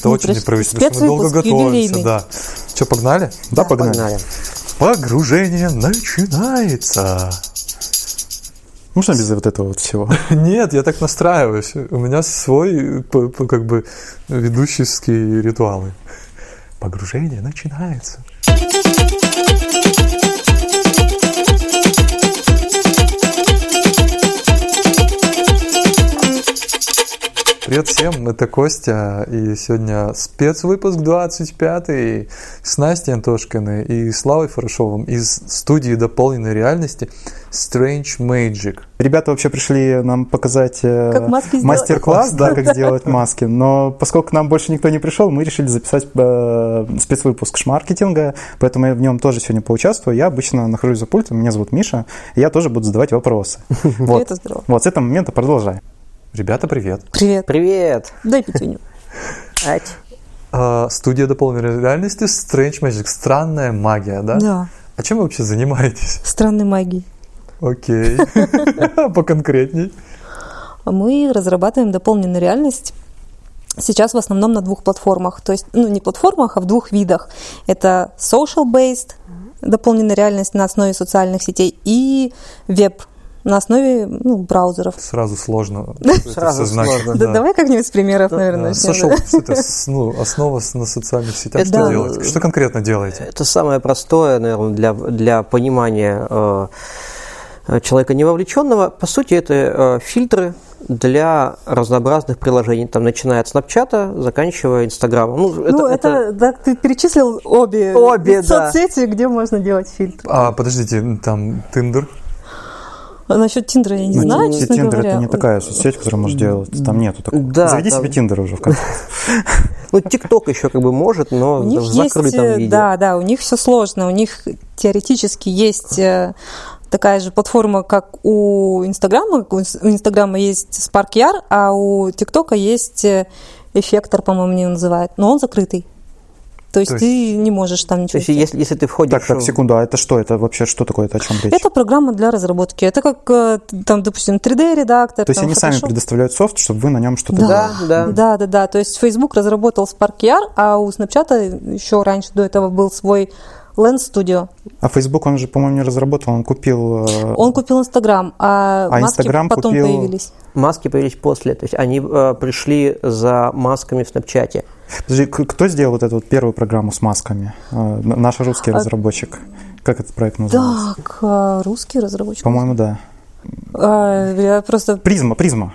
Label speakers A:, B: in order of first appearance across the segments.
A: Это очень неправительственно. Мы долго
B: Ну, спецвыпуск
A: готовимся.
B: юбилейный.
A: Да. Че, погнали?
C: Да, погнали.
A: Погружение начинается.
C: Можно без вот этого вот всего?
A: Нет, я так настраиваюсь. У меня свой, э, п- п- как бы, ведущие ритуалы. Погружение начинается. Привет всем, это Костя, и сегодня спецвыпуск 25 с Настей Антошкиной и Славой Хорошовым из студии дополненной реальности Strange Magic.
C: Ребята вообще пришли нам показать э,
B: Как маски сделать.
C: мастер-класс, да, как сделать маски. Но поскольку к нам больше никто не пришел, мы решили записать э, спецвыпуск шмаркетинга, поэтому я в нем тоже сегодня поучаствую. Я обычно нахожусь за пультом, меня зовут Миша, и я тоже буду задавать вопросы. Вот.
B: Это здорово.
C: Вот с этого момента продолжаем.
A: Ребята, привет.
B: Привет.
D: Привет!
B: Дай пятюню.
D: Ать.
A: А, Студия дополненной реальности Strange Magic. Странная магия, да?
B: Да.
A: А чем вы вообще занимаетесь?
B: Странной магии.
A: Окей. Поконкретней.
B: А Мы разрабатываем дополненную реальность. Сейчас в основном на двух платформах. То есть, ну, не платформах, а в двух видах. Это social-based, дополненная реальность на основе социальных сетей, и веб на основе ну, браузеров.
A: Сразу сложно.
D: Сразу сложно,
B: Да, давай как-нибудь с примеров, наверное, начнем.
A: Сошел ну, основа с- на социальных сетях.
D: Это-
A: Что делать? Что конкретно делаете?
D: Это самое простое, наверное, для, для понимания э, э, человека не вовлеченного. По сути, это э, фильтры для разнообразных приложений. Там начиная от Snapchat, заканчивая Инстаграмом. Ну,
B: Ну, это, да, ты перечислил обе,
D: Обе, да.
B: соцсети, где можно делать фильтр.
A: А, подождите, там Тиндер.
B: А насчет Тиндера я не
C: Ну,
B: знаю,
C: ти-
B: честно
C: Тиндер
B: говоря. э,
C: это не такая соцсеть, которую можно делать. Там нету такого.
D: Да,
C: Заведи
D: там-
C: себе Тиндер уже в конце.
D: Ну, TikTok еще как бы может, но
B: У
D: в
B: них
D: закрытом
B: есть, э,
D: виде.
B: да, да, у них все сложно, у них теоретически есть э, такая же платформа, как у Инстаграма, у Инс- у Инстаграма есть Spark Yard, а у ТикТока есть э, Эффектор, по-моему, его называют, но он закрытый. То есть,
A: То есть-
B: ты не можешь там
D: То
B: ничего
D: есть, если, если ты входишь
C: Так, так,
D: в-
C: секунду, а это что? Это вообще что такое? Это о чем речь?
B: Это программа для разработки. Это как, э, там, допустим, 3D-редактор.
C: То есть
B: там
C: они сами
B: Photoshop.
C: предоставляют софт, чтобы вы на нем что-то
B: Да.
C: делали.
D: Да, да.
B: Да, да, да. То есть Facebook разработал Spark Yard, а у Snapchat еще раньше до этого был свой Lens Studio.
C: А Facebook он же, по-моему, не разработал, он купил. э,
B: Он купил Instagram, а,
C: А
B: маски
C: Instagram
B: потом
C: купил-
B: появились.
D: Маски появились после. То есть, они э, пришли за масками в Снапчате.
C: Подожди, к- кто сделал вот эту вот первую программу с масками? Э, н- Наш русский
B: А
C: разработчик. Как этот проект называется?
B: Так, а, русский разработчик.
C: По-моему, да.
B: А, я просто...
C: Призма, призма.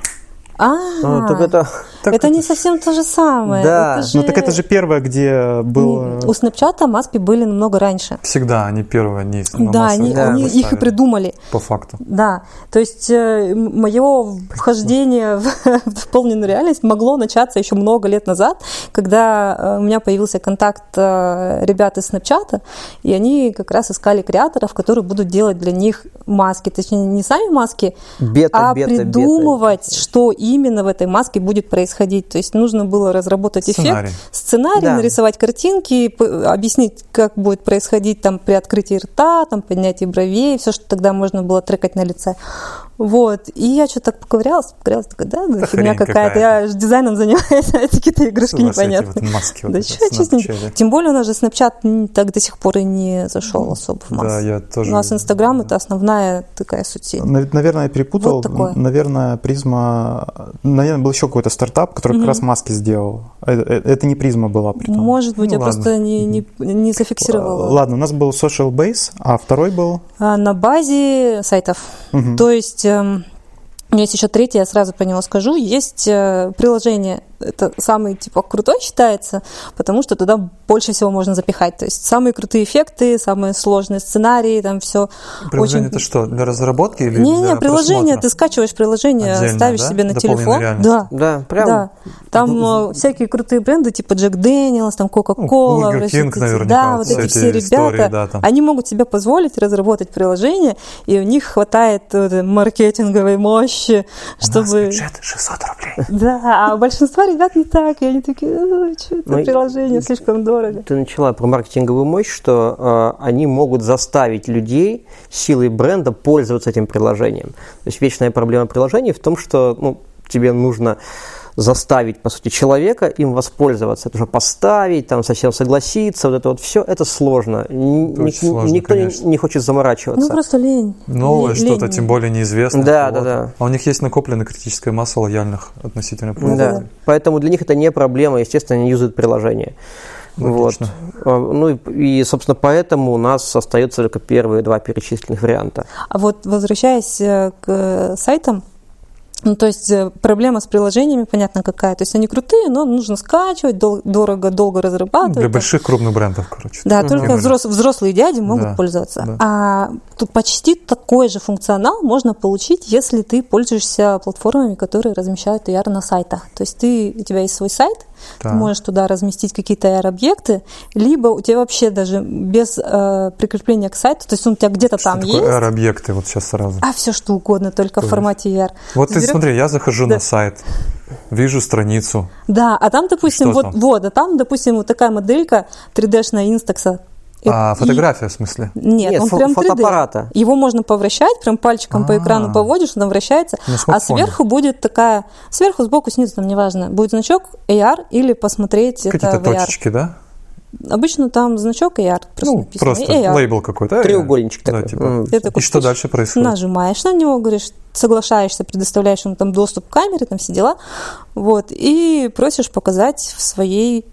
B: А,
D: Ну, так это...
B: это не совсем то же самое.
D: Да.
B: Это
C: Ну так это же первая, где было.
B: М, У Snapchat а маски были намного раньше.
A: Всегда они первые, они
C: Ну,
A: на
B: да,
A: массовый
B: они,
D: да,
B: они
A: выставили.
B: их и придумали.
A: По факту.
B: Да, то есть мое вхождение в, в дополненную реальность могло начаться еще много лет назад, когда э, у меня появился контакт э, ребят из Snapchat, и они как раз искали креаторов, которые будут делать для них маски, точнее не сами маски,
D: Бета,
B: а
D: бета, бета.
B: придумывать, что именно в этой маске будет происходить. То есть нужно было разработать
A: Сценарий.
B: эффект, сценарий,
D: Да.
B: нарисовать картинки, п- объяснить, как будет происходить там при открытии рта, там поднятии бровей, все, что тогда можно было трекать на лице. Вот. И я что-то так поковырялась, поковырялась, такая, да, да,
A: Да
B: фигня
A: хрень
B: какая-то. Я же дизайном занимаюсь, а эти какие-то игрушки
A: У вас эти
B: непонятные.
A: вот маски вот
B: да
A: эти,
B: чё я честно-
A: снапчаты.
B: Тем более у нас же Snapchat н- так до сих пор и не зашел особо в
A: Да,
B: массы.
A: я тоже.
B: у нас Инстаграм это основная такая суть.
C: э, Нав- Наверное, я перепутал.
B: Вот такое.
C: Наверное, призма. Наверное, был еще какой-то стартап, который как раз маски сделал. Э- э- Это не призма была при том. Э,
B: Может быть,
A: Ну,
B: я
A: ладно.
B: просто не, не, не зафиксировала.
C: Ладно, у нас был Social Base, а второй был.
B: А, На базе сайтов.
C: Мгм.
B: То есть... эм, у меня есть еще третье, я сразу про него скажу. Есть э, приложение, это самый типа крутой считается, потому что туда больше всего можно запихать. То есть самые крутые эффекты, самые сложные сценарии, там все.
A: Приложение
B: очень-
A: это что, для разработки или
B: Не,
A: для
B: не, приложение,
A: просмотра?
B: ты скачиваешь приложение,
A: Отдельно,
B: ставишь
A: да?
B: себе на
A: Дополненная
B: телефон.
A: реальность.
B: Да,
D: Да, прям
B: да. Там э, всякие крутые бренды, типа Джек Дэниелс, там Кока-Кола,
A: Бургер
B: вот
A: Кинг
B: эти-
A: Ну, наверняка, вот
B: да, вот
A: все
B: эти
A: эти
B: все
A: истории,
B: ребята,
A: да, там.
B: они могут себе позволить разработать приложение, и у них хватает э, вот этой маркетинговой мощи,
A: У нас
B: чтобы...
A: бюджет 600 рублей.
B: Да, а у большинства ребят не так, и они такие, что это
D: Ну, и-
B: приложение, слишком дорого.
D: Ты начала про маркетинговую мощь, что э, они могут заставить людей силой бренда пользоваться этим приложением. То есть вечная проблема приложений в том, что ну, тебе нужно заставить, по сути, человека им воспользоваться. Это же поставить, там, совсем согласиться, вот это вот все, это сложно. Н-
A: Это очень
D: ни-
A: сложно,
D: никто не,
A: конечно.
D: не хочет заморачиваться.
B: Ну, просто лень.
A: Новое
B: Лень-
A: что-то,
B: лень.
A: тем более неизвестное.
D: Да,
A: кого-то.
D: да, да.
A: А у них есть накопленная критическая масса лояльных относительно
D: Да.
A: пользователей.
D: Поэтому для них это не проблема, естественно, они юзают приложение. Вот.
A: Логично.
D: А, Ну и, и, собственно, поэтому у нас остаются только первые два перечисленных варианта.
B: А вот возвращаясь э, к э, сайтам, ну, то есть э, проблема с приложениями, понятно, какая. То есть они крутые, но нужно скачивать, дол- дорого, долго разрабатывать.
A: Для
B: там.
A: больших крупных брендов, короче.
B: Да,
D: Мгм.
B: только
A: Тем более.
B: взрос- взрослые дяди могут
A: Да,
B: пользоваться.
A: да.
B: А тут почти такой же функционал можно получить, если ты пользуешься платформами, которые размещают AR на сайтах. То есть ты, у тебя есть свой сайт,
A: Да.
B: ты можешь туда разместить какие-то AR-объекты, либо у тебя вообще даже без э, прикрепления к сайту, то есть он у тебя где-то
A: Что
B: там
A: такое
B: есть,
A: R-объекты вот сейчас сразу?
B: а все что угодно, только в
A: есть?
B: формате AR.
A: Вот ты
B: Берёшь-
A: смотри, я захожу
B: Да.
A: на сайт, вижу страницу.
B: Да, а там, допустим,
A: Что
B: вот,
A: там?
B: вот, а там, допустим, вот такая моделька 3D-шная Инстакса.
A: А,
B: И-
A: фотография, в смысле?
B: Нет,
D: Нет,
B: он
D: фо-
B: прям 3D.
D: фотоаппарата.
B: Его можно повращать, прям пальчиком по
A: А. Ну,
B: экрану поводишь, он там вращается,
A: На
B: а
A: смартфоне.
B: сверху будет такая, сверху, сбоку, снизу, там неважно, будет значок AR или посмотреть это
A: Какие-то
B: в AR.
A: точечки, да?
B: Обычно там значок AR просто
A: Ну,
B: написано,
A: просто
B: AR.
A: лейбл какой-то.
D: Треугольничек
A: Да,
D: такой.
A: типа.
D: М.
B: Ты такой
A: И что
B: стучишь,
A: дальше происходит?
B: Нажимаешь на него, говоришь, соглашаешься, предоставляешь ему там доступ к камере, там все дела, вот, и просишь показать в своей,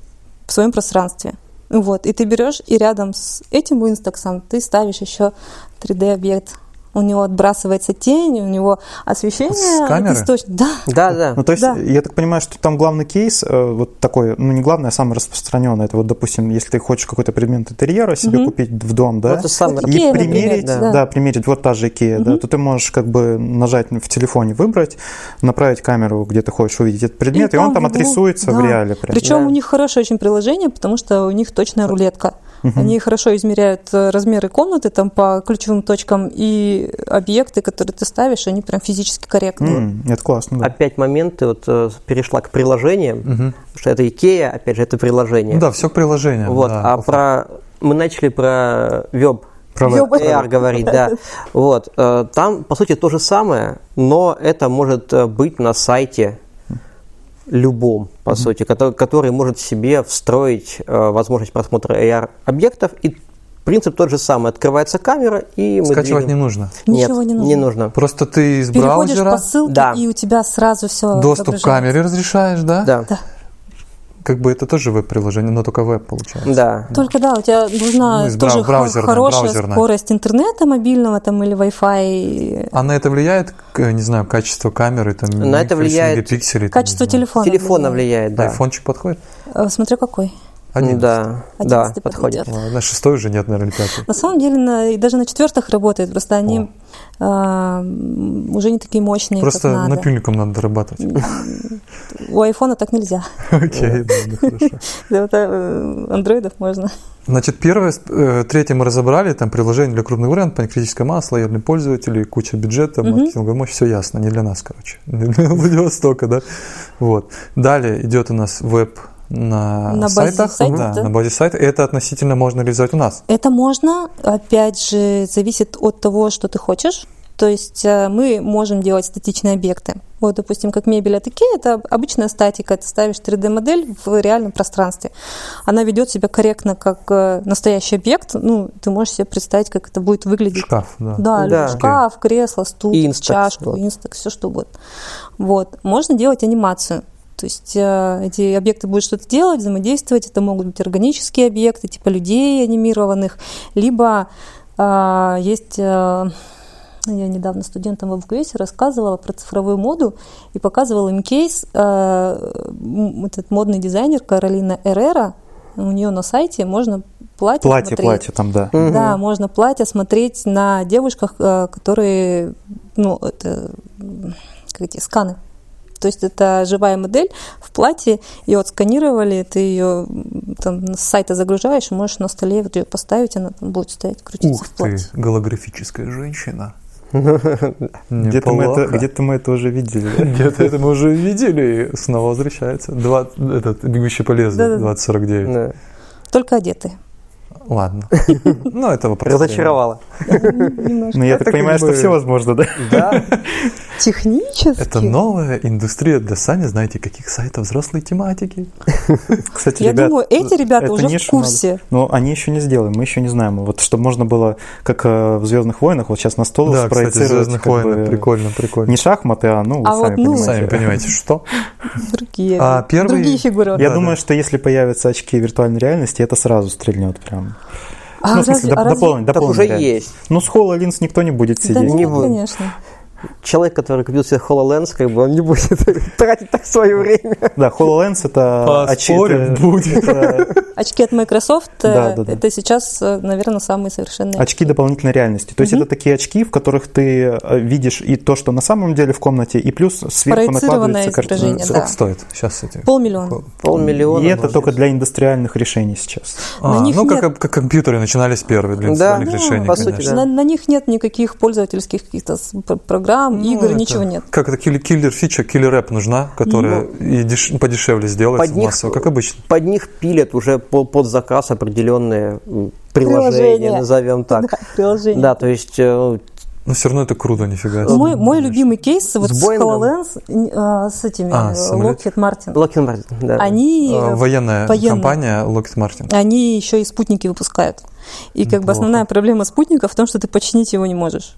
B: в своем пространстве. Вот, и ты берешь, и рядом с этим инстаксом ты ставишь еще 3D-объект. У него отбрасывается тень, у него освещение.
A: С камеры?
B: источ- Да,
D: Да, да.
C: Ну, то есть,
B: Да.
C: я так понимаю, что там главный кейс, э, вот такой, ну, не главный, а самый распространенный, это вот, допустим, если ты хочешь какой-то предмет интерьера себе
B: Мгм.
C: купить в дом, да,
D: Вот это самый
B: Вот
C: и
B: Икея, например,
C: примерить,
B: да.
C: да. примерить, вот та же Икея, да,
B: Мгм.
C: то ты можешь как бы нажать в телефоне, выбрать, направить камеру, где ты хочешь увидеть этот предмет, и,
B: там
C: он там
B: в углу,
C: отрисуется в
B: да.
C: реале прям.
B: Причем
D: Да.
B: у них хорошее очень приложение, потому что у них точная рулетка. Они хорошо измеряют э, размеры комнаты там по ключевым точкам и объекты, которые ты ставишь, они прям физически корректные.
C: М, это классно, да.
D: Опять момент, ты вот э, перешла к приложениям, потому что это Икея, опять же, это приложение.
A: Ну да, все приложение.
D: Вот,
A: да,
D: а
A: по
D: про... Мы начали про веб
C: Про
B: веб.
D: AR говорить, да. Вот, э, там, по сути, то же самое, но это может э, быть на сайте любом, по сути, который, который может в себе встроить э, возможность просмотра AR-объектов. И принцип тот же самый. Открывается камера, и мы
A: Скачивать не
D: двигаем.
A: нужно.
B: Ничего не нужно.
D: Не нужно.
A: Просто ты из
B: Переходишь
A: браузера
B: по ссылке,
D: Да.
B: и у тебя сразу все
A: доступ к камере разрешаешь, да?
D: Да.
B: Да.
A: Как бы это тоже веб-приложение, но только веб получается.
D: Да.
B: Только да, у тебя должна
A: Ну, из бра-
B: тоже хо-
A: браузерная,
B: хорошая
A: браузерная.
B: скорость интернета мобильного там или Wi-Fi,
A: А на это влияет, к- не знаю, качество камеры, там,
D: На это
A: микрофильм
D: влияет
A: или пиксели? там,
B: качество
A: не знаю.
B: телефона.
D: Телефона влияет, да.
A: Айфончик подходит?
B: Э, Смотря какой.
A: Один.
D: Да, да,
B: 11
D: подходит.
B: подойдет.
A: Ладно, шестой уже нет, наверное, или пятый.
B: На самом деле, на- и даже на четвертых работает, просто они а, м, уже не такие мощные,
A: Просто
B: как надо.
A: напильником надо дорабатывать.
B: У айфона так нельзя.
A: Окей, да, ну хорошо.
B: Да, вот, э, андроидов можно.
A: Значит, первое, с- э, третье мы разобрали, там приложение для крупных брендов, критическая масса, лояльные пользователи, куча бюджета, маркетинговая мощь, все ясно, не для нас, короче, не для Владивостока, да. Вот. Далее идет у нас веб на,
B: На базе
A: сайтах,
B: сайтов,
A: да,
B: да.
A: на базе сайта. Это относительно можно реализовать у нас.
B: Это можно, опять же, зависит от того, что ты хочешь. То есть э, мы можем делать статичные объекты. Вот, допустим, как мебель от Икеи, это обычная статика. Ты ставишь 3D-модель в реальном пространстве. Она ведет себя корректно, как э, настоящий объект. Ну, ты можешь себе представить, как это будет выглядеть.
A: Шкаф, да.
B: Да,
D: Да.
B: любой шкаф, кресло, стул,
D: Instax,
B: чашку,
D: вот.
B: инстакс, все что угодно. Вот. Можно делать анимацию. То есть э, эти объекты будут что-то делать, взаимодействовать. Это могут быть органические объекты, типа людей анимированных, либо а, есть... э, я недавно студентам в Абгуэсе рассказывала про цифровую моду и показывала им кейс. э, м, Этот модный дизайнер Каролина Эррера, у нее на сайте можно платье
C: Платье,
B: смотреть.
C: платье там, да.
B: Да, можно платье смотреть на девушках, э, которые, ну, это, м, как эти, сканы. То есть это живая модель в платье, ее отсканировали, ты ее м, там с сайта загружаешь, и можешь на столе вот ее поставить, она там будет стоять, крутиться
A: Ух
B: в
A: ты,
B: платье.
A: голографическая женщина.
C: Где-то мы, это,
A: Неплохо.
C: где-то мы это уже видели.
A: Где-то это мы уже видели, и снова возвращается. Два- этот, бегущий по лезвию,
B: Да-да.
A: 2049.
D: Да.
B: Только одетые.
A: Ладно. Ну, это вопрос.
D: Разочаровала.
B: Немножко.
C: Ну, я
A: Это
C: так
A: как
C: понимаю, что
A: бы-
C: все возможно, да?
D: Да,
B: Технически?
A: Это новая индустрия для Сани, знаете, каких сайтов взрослой тематики.
C: Кстати,
B: Я
C: ребят,
B: думаю, эти ребята
C: эту
B: уже в
C: нишу
B: курсе.
C: надо- Но они еще не сделали, мы еще не знаем. Вот чтобы можно было, как э, в Звездных войнах, вот сейчас на стол
A: Да, кстати,
C: спроецировать.
A: Звездных
C: как
A: войн,
C: бы,
A: прикольно, прикольно.
C: Не шахматы, а ну, вы
B: А
C: сами
B: вот, ну,
C: понимаете.
A: Сами понимаете, что?
B: Другие.
A: А первый-
B: Другие фигуры.
C: Я
A: Да,
C: думаю,
A: да.
C: что если появятся очки виртуальной реальности, это сразу стрельнет прям.
B: А
C: ну, в смысле,
B: разве-
C: доп-
B: а разве-
C: дополнен-
D: так
C: дополненная
D: уже
C: реальность.
D: есть.
C: Ну, с HoloLens никто не будет
B: Да
C: сидеть.
B: нет,
D: Не будет.
B: конечно.
D: Человек, который купил себе HoloLens, как бы он не будет тратить так свое время.
C: Да, HoloLens это...
A: Поспорим,
C: очки-
A: будет.
C: это
B: Очки от Microsoft э,
C: Да, да, да.
B: это сейчас, э, наверное, самые совершенные.
C: Очки дополнительной реальности. То есть это такие очки, в которых ты э, видишь и то, что на самом деле в комнате, и плюс сверху
B: Проецированное
C: накладывается картина.
B: изображение,
A: Сколько
B: да.
A: Э, стоит сейчас эти?
B: Полмиллиона.
D: Полмиллиона.
C: И это
D: может.
C: только для индустриальных решений сейчас.
A: А,
B: На них
A: ну,
B: нет.
A: как, как компьютеры начинались первые для
D: Да,
A: инсталлированных
D: ну,
A: решений,
D: по сути,
A: конечно.
D: да.
B: На, на них нет никаких пользовательских каких-то с- пр- программ,
A: Ну,
B: игр,
A: это-
B: ничего нет. Ну.
A: Как это килли- киллер фича, киллер эп нужна, которая и деш- подешевле сделается
D: Под них-
A: массово, как обычно.
D: Под них пилят уже по- под заказ определенные м, приложения,
B: Приложения.
D: назовем так.
B: Да, приложение.
D: Да, то есть э,
A: Но все равно это круто, нифига. себе.
B: Э, Мой, мой любимый кейс вот
D: С
B: с,
D: Боингом?
B: HoloLens, н- а, с этими,
A: А,
B: э,
A: самолет.
B: Lockheed Martin.
D: Lockheed Martin, да.
B: Они,
A: А,
B: э,
A: Военная
B: военные.
A: компания Lockheed Martin.
B: они еще и спутники выпускают. И как бы
A: Неплохо.
B: основная проблема спутника в том, что ты починить его не можешь.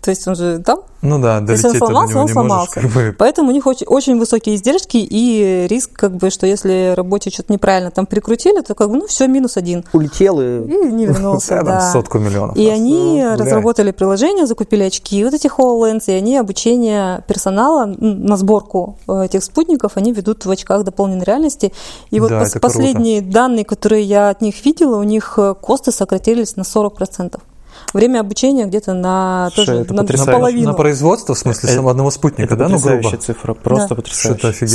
B: То есть он же там,
A: Ну да, долететь
B: Если он
A: ты до
B: сломался,
A: него
B: он
A: не можешь.
B: сломался.
A: Как бы.
B: Поэтому у них очень, очень высокие издержки и риск, как бы, что если рабочий что-то неправильно там прикрутили, то как бы, ну, все, минус один.
D: улетел и
B: И не вернулся,
A: Да, там
B: да.
A: сотку миллионов.
B: И они
C: Ну,
A: гуляй.
B: разработали приложение, закупили очки, вот эти HoloLens, и они обучение персонала м, на сборку э, этих спутников, они ведут в очках дополненной реальности. И вот
A: Да,
B: пос-
A: это круто.
B: последние данные, которые я от них видела, у них э, косты сократились на 40%. Время обучения где то на,
C: Слушай,
B: тоже
C: это
B: на,
C: потрясающе.
B: половину.
A: На производство, в смысле,
C: Э,
A: сам- одного спутника,
C: Это
A: да, ну грубо.
C: потрясающая цифра, просто
B: Да.
A: Что-то
C: потрясающая.
A: офигенно.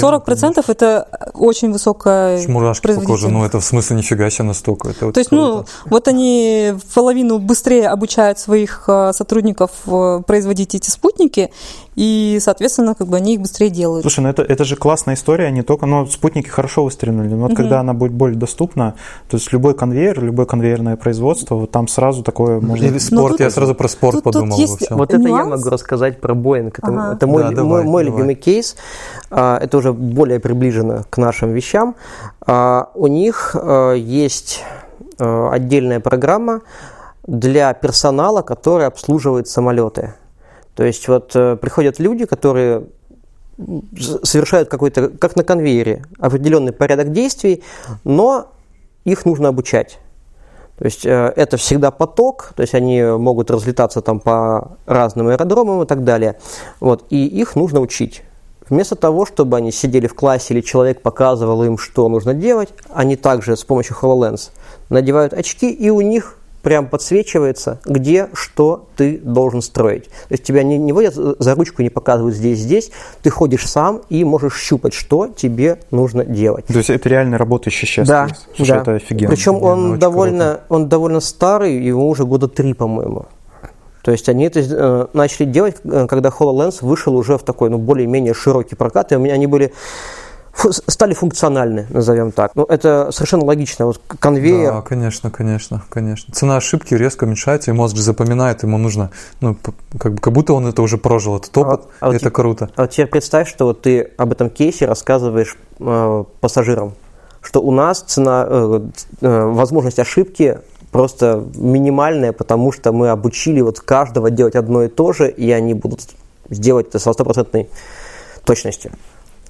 B: 40% это очень высокая
A: Аж Мурашки по коже,
B: производительность.
A: ну это в смысле нифига себе настолько. Это вот
B: То есть, ну,
A: круто.
B: вот они в половину быстрее обучают своих э, сотрудников э, производить эти спутники, и, соответственно, как бы они их быстрее делают.
C: Слушай, ну это, это же классная история, не только, но спутники хорошо выстрелили, но вот
B: Мгм.
C: когда она будет более доступна, то есть любой конвейер, любое конвейерное производство, вот там сразу такое можно...
A: Или спорт,
B: ну, тут-
A: я сразу про спорт
B: тут- тут
A: подумал.
B: есть-
A: во всем.
D: Вот это я
B: Нюанс?
D: могу рассказать про Боинг. Это,
B: Ага.
D: это мой,
A: Да,
D: лю-
A: давай,
D: мой- мой
A: давай.
D: любимый кейс. А, Это уже более приближено к нашим вещам. А, У них а, есть а, отдельная программа для персонала, который обслуживает самолеты. То есть вот э, приходят люди, которые м, с- совершают какой-то, как на конвейере, определенный порядок действий, но их нужно обучать. То есть э, это всегда поток, то есть они могут разлетаться там по разным аэродромам и так далее. Вот, и их нужно учить. Вместо того, чтобы они сидели в классе или человек показывал им, что нужно делать, они также с помощью HoloLens надевают очки, и у них прям подсвечивается, где что ты должен строить. То есть тебя не, не водят за ручку, не показывают здесь, здесь. Ты ходишь сам и можешь щупать, что тебе нужно делать.
C: То есть это реально работающий сейчас.
D: Да,
C: кейс. Слушай,
D: да.
C: это офигенно.
D: Причем
A: Офигенно,
D: он
A: очень
D: довольно, он довольно старый, ему уже года три, по-моему. То есть они это э, начали делать, э, когда HoloLens вышел уже в такой, ну, более-менее широкий прокат, и у меня они были фу- стали функциональны, назовем так. Ну, это совершенно логично. Вот к- конвейер,
A: Да, конечно, конечно, конечно. Цена ошибки резко уменьшается, и мозг же запоминает, ему нужно, ну, п- как, бы- как будто он это уже прожил, этот опыт,
D: а вот
A: и это
D: и-
A: круто.
D: А вот теперь представь, что вот ты об этом кейсе рассказываешь э, пассажирам, что у нас цена, э, э, возможность ошибки просто минимальная, потому что мы обучили вот каждого делать одно и то же, и они будут делать это со стопроцентной точностью.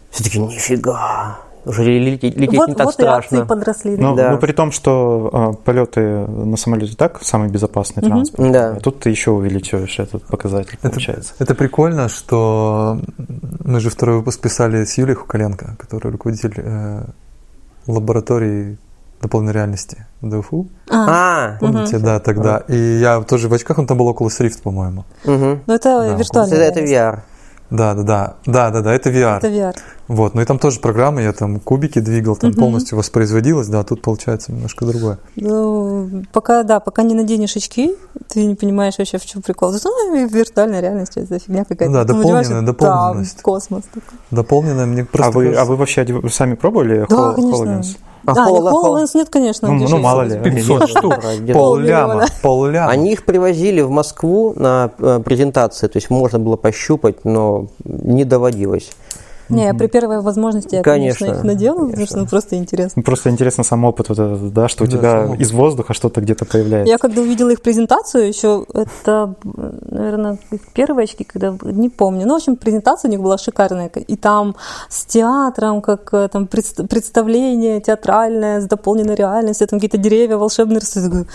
D: Все таки нифига, уже лететь, лететь
B: вот
D: не так
B: вот и
D: страшно.
B: акции подросли. да.
C: Но,
D: Да.
C: но при том, что э, полеты на самолете так самый безопасный транспорт,
D: Да.
C: а тут ты еще увеличиваешь этот показатель,
A: Это-
C: получается.
A: Это прикольно, что мы же второй выпуск писали с Юлией Хукаленко, который руководитель э, лаборатории дополненной реальности ДФУ.
B: А,
D: А,
A: Помните, да, тогда. И я тоже в очках, он там был около Rift, по-моему.
D: мгм.
B: ну это
A: Да,
D: это,
B: виртуальная
D: это
B: реальность.
D: VR.
A: Да, да, да. Да, да, да, это VR.
B: Это VR.
A: Вот. Ну и там тоже программа, я там кубики двигал, там полностью воспроизводилось, да, тут получается немножко другое.
B: Ну, пока, да, пока не наденешь очки, ты не понимаешь вообще, в чем прикол. То есть, Ну, виртуальная реальность, что это за фигня какая-то.
A: Да,
B: Ты надеваешься,
A: дополненная,
B: там
A: дополненность.
B: космос. такой.
A: Дополненное мне просто.
C: а, вы,
A: кажется-
C: а вы вообще одев- сами пробовали
B: Да, конечно.
C: HoloLens?
B: А, а Холо- HoloLens нет, конечно.
C: Ну,
B: где
C: ну,
B: же
C: мало
B: их?
C: ли.
A: 500 штук. Полляма, полляма.
D: Они их привозили в Москву на э, презентации, то есть можно было пощупать, но не доводилось.
B: Не, при первой возможности я, конечно,
D: Конечно,
B: их наделаю, потому
D: конечно.
B: что ну, просто интересно.
C: Ну, Просто интересно сам опыт вот этот, да, что у
A: Да,
C: тебя
A: сам опыт.
C: из воздуха что-то где-то появляется.
B: Я когда увидела их презентацию, еще это, наверное, их первые очки, когда не помню. Ну, в общем, презентация у них была шикарная. И там с театром, как э, там предс- представление театральное, с дополненной реальностью, там какие-то деревья волшебные рисуют. Я такая,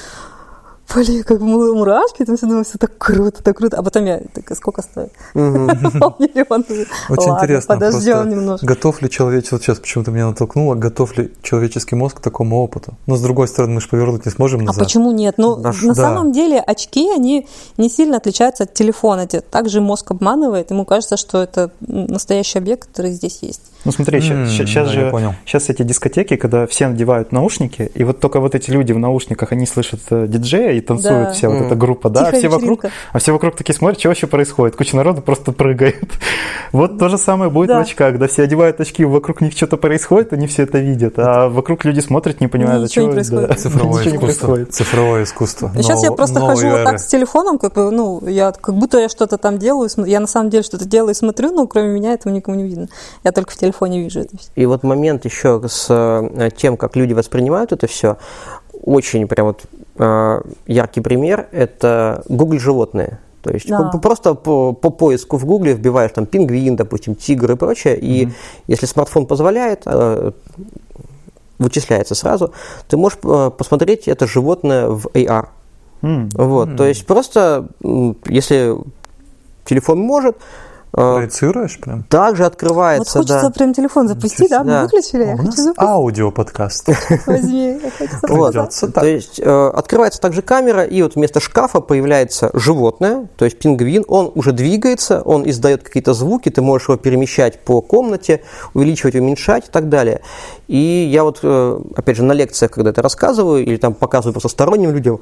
B: Блин, как му- мурашки, там все думаю, все так круто, так круто. А потом я такая, сколько стоит? Полмиллиона.
A: Очень
B: Ладно,
A: интересно. просто
B: Подождем немножко.
A: Готов ли человечество, вот сейчас почему-то меня натолкнуло, готов ли человеческий мозг к такому опыту? Но с другой стороны, мы же повернуть не сможем
B: А
A: назад.
B: почему нет? Ну,
D: Да
B: на
A: что?
B: самом деле очки, они не сильно отличаются от телефона. Те- Также мозг обманывает, ему кажется, что это м, настоящий объект, который здесь есть.
C: Ну смотри,
A: М,
C: сейчас
A: да,
C: же
A: я понял.
C: Сейчас эти дискотеки, когда всем надевают наушники, и вот только вот эти люди в наушниках, они слышат э, диджея и танцуют
B: Да.
C: вся вот
D: Мгм.
C: эта группа, да, а
B: Тихая
C: все вокруг,
B: вечеринка.
C: а все вокруг такие смотрят, что вообще происходит, куча народу просто прыгает. Вот то же самое будет в
B: Да.
C: очках, когда все одевают очки, вокруг них что-то происходит, они все это видят, а вокруг люди смотрят, не понимают,
B: Ничего не
C: а чё, да,
B: происходит.
A: Цифровое
C: ничего не
A: искусство.
C: происходит.
A: Цифровое искусство.
B: Сейчас я
A: Нового-
B: просто
A: новой
B: хожу вот
A: эры.
B: так с телефоном, как бы, ну, я как будто я что-то там делаю, см- я на самом деле что-то делаю и смотрю, но кроме меня этого никому не видно. Я только в телефоне вижу это все.
D: И вот момент еще с э, тем, как люди воспринимают это все, очень прям вот э, яркий пример – это Google животные. То есть
B: Да.
D: по- просто по, по поиску в Гугле вбиваешь там пингвин, допустим, тигр и прочее, и если смартфон позволяет, э, вычисляется сразу, ты можешь э, посмотреть это животное в AR.
C: М,
D: Вот, то есть просто, м, если телефон может, э,
A: Проецируешь прям?
D: также
B: Вот
D: открывается,
B: хочется
D: да.
B: прям телефон запустить, да? Мы
D: да.
B: выключили, я
A: У
B: хочу
A: нас
B: запустить.
A: аудиоподкаст.
B: Возьми, я хочу
D: Вот,
B: запустить.
A: Придется так.
D: То есть э, открывается также камера, и вот вместо шкафа появляется животное, то есть пингвин, он уже двигается, он издает какие-то звуки, ты можешь его перемещать по комнате, увеличивать, уменьшать и так далее. И я вот, э, опять же, на лекциях, когда это рассказываю, или там показываю просто сторонним людям,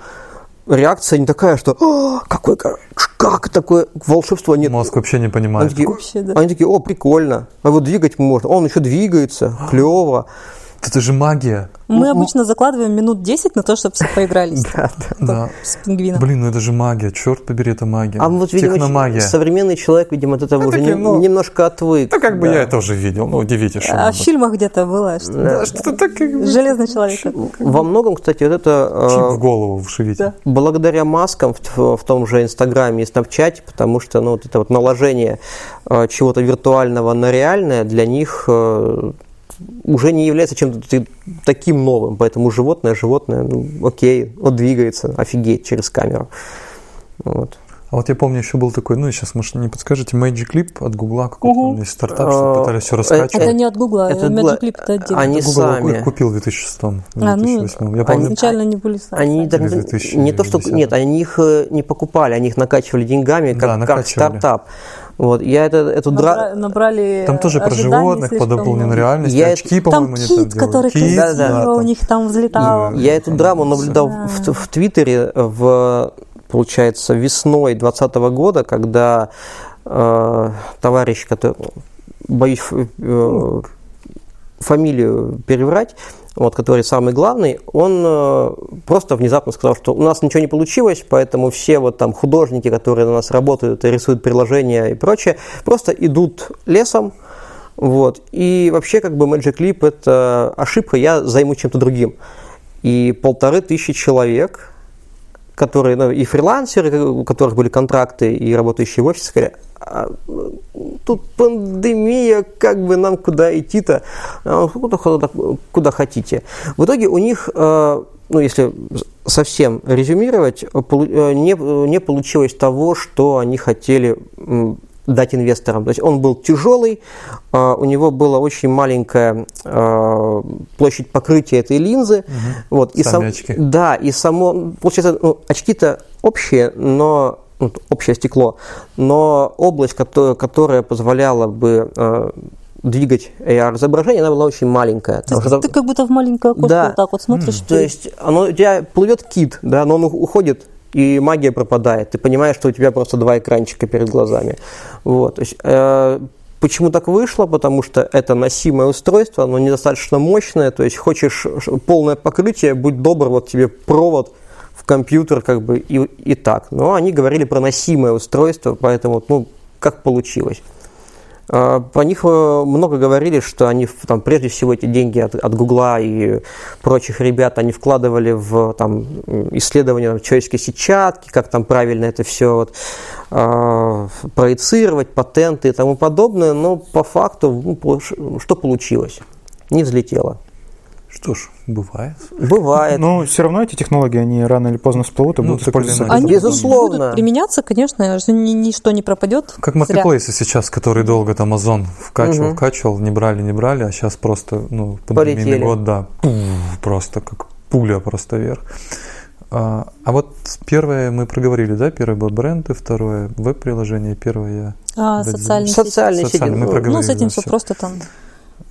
D: реакция не такая, что «О, какой, кор- как такое волшебство нет.
A: Мозг вообще не
D: Они
A: понимает.
D: такие,
B: Вообще, да.
D: они такие, о, прикольно, а вот двигать можно, он еще двигается, клево.
A: Это же магия.
B: Мы обычно закладываем минут 10 на то, чтобы все поигрались.
A: Ну, Да.
B: С пингвином.
A: Блин, ну это же магия, черт побери, это магия.
D: А вот, видимо,
A: Э, Техномагия.
D: современный человек, видимо, от этого
A: Ну,
D: уже
A: такие,
D: не-
A: ну,
D: немножко отвык.
A: Да как бы
D: да.
A: я это уже видел, ну удивите, что
B: А в
A: надо.
B: фильмах где-то было, что
A: Да, что-то так как бы
B: Железный человек.
D: Во многом, кстати,
A: чип
D: вот
A: в
D: это э,
A: голову вшивите.
B: Да.
D: благодаря маскам в, т- в том же Инстаграме и Снапчате, потому что ну, вот это вот наложение э, чего-то виртуального на реальное для них э, уже не является чем-то ты- таким новым. Поэтому животное, животное, ну, окей, вот двигается, офигеть, через камеру. Вот.
A: А вот я помню, еще был такой, ну сейчас, может, не подскажете, Magic Clip от Гугла, какой-то
B: Мгм.
A: там есть стартап, что
D: Э,
A: пытались все
D: э,
B: Это
A: раскачивать.
B: не от Гугла,
D: Это
B: это
D: было-
B: Magic Clip это отдельно.
D: они
A: Google
D: сами.
A: их купил в 2006
B: э, А, ну,
A: 2008 Я
B: Они
A: помню,
B: изначально не были сами.
D: Они даже
A: Или
D: не-
A: 2010.
D: не то, что нет, они их э, не покупали, они их накачивали деньгами,
A: Да,
D: как, как
A: накачивали.
D: стартап. Вот я это эту
B: Набра-
D: дра...
B: набрали
A: там тоже про
B: ожиданий
A: животных,
B: э, слишком
A: по дополненной
B: много.
A: реальности,
D: Я-
A: очки,
B: Там
A: по-моему, они там
B: кит,
A: делают.
B: который
A: Кит,
D: Да, да.
B: красиво у
A: там.
B: них там взлетал.
A: Да.
D: я эту драму наблюдал
B: Да.
D: в, в Твиттере э, в получается весной 2020 года, когда э, товарищ, который боюсь ф- э, фамилию переврать, вот, который самый главный, он э, просто внезапно сказал, что у нас ничего не получилось, поэтому все вот там художники, которые на нас работают и рисуют приложения и прочее, просто идут лесом, вот, и вообще как бы Magic Leap это ошибка, я займу чем-то другим. И полторы тысячи человек, которые, ну, и фрилансеры, у которых были контракты, и работающие в офисе, сказали, «А, тут пандемия, как бы нам куда идти-то, А, куда, куда- куда хотите. В итоге у них, э, ну, если совсем резюмировать, э, полу- э, не, э, не получилось того, что они хотели м, дать инвесторам. То есть он был тяжелый, э, у него была очень маленькая э, площадь покрытия этой линзы. Вот, и
A: Сами
D: сам-
A: очки.
D: да, и само, получается, ну, очки-то общие, но ну, т- общее стекло, но область, кото- которая позволяла бы э, двигать AR-изображение, она была очень
B: То
D: маленькая. Потому
B: есть
D: что-
B: Ты как будто в маленькое окошко
D: Да.
B: вот так вот смотришь.
D: то есть оно, у тебя плывет кит, да, но он у- уходит, и магия пропадает. Ты понимаешь, что у тебя просто два экранчика перед глазами. Вот, то есть, э, Почему так вышло? Потому что это носимое устройство, оно недостаточно мощное, то есть хочешь полное покрытие, будь добр, вот тебе провод в компьютер как бы и, и так. Но они говорили про носимое устройство, поэтому ну, как получилось. А, Про них э, много говорили, что они там, прежде всего эти деньги от, от Гугла и прочих ребят они вкладывали в там, исследования там, человеческой сетчатки, как там правильно это все вот, э, проецировать, патенты и тому подобное, но по факту ну, что получилось? Не взлетело.
A: Что ж, бывает.
D: Бывает.
C: Но все равно эти технологии, они рано или поздно всплывут и
A: Ну,
C: будут
A: так или
C: использоваться.
A: иначе.
B: Они
D: Безусловно.
B: будут применяться, конечно, что ни- ничто не пропадет.
A: Как
B: зря.
A: маркетплейсы сейчас, которые долго там Озон вкачивал,
D: Мгм.
A: вкачивал, не брали, не брали, а сейчас просто, ну,
D: Полетели.
A: пандемийный год, да, пуф, просто как пуля просто вверх. А, а вот первое мы проговорили, да, первый был бренд, и второе веб-приложение, первое
B: А,
A: Да,
B: социальные сети.
D: Социальные сети.
A: социальные, мы
D: ну,
A: проговорили.
B: Ну, с этим
A: да,
B: все
A: всё.
B: просто там.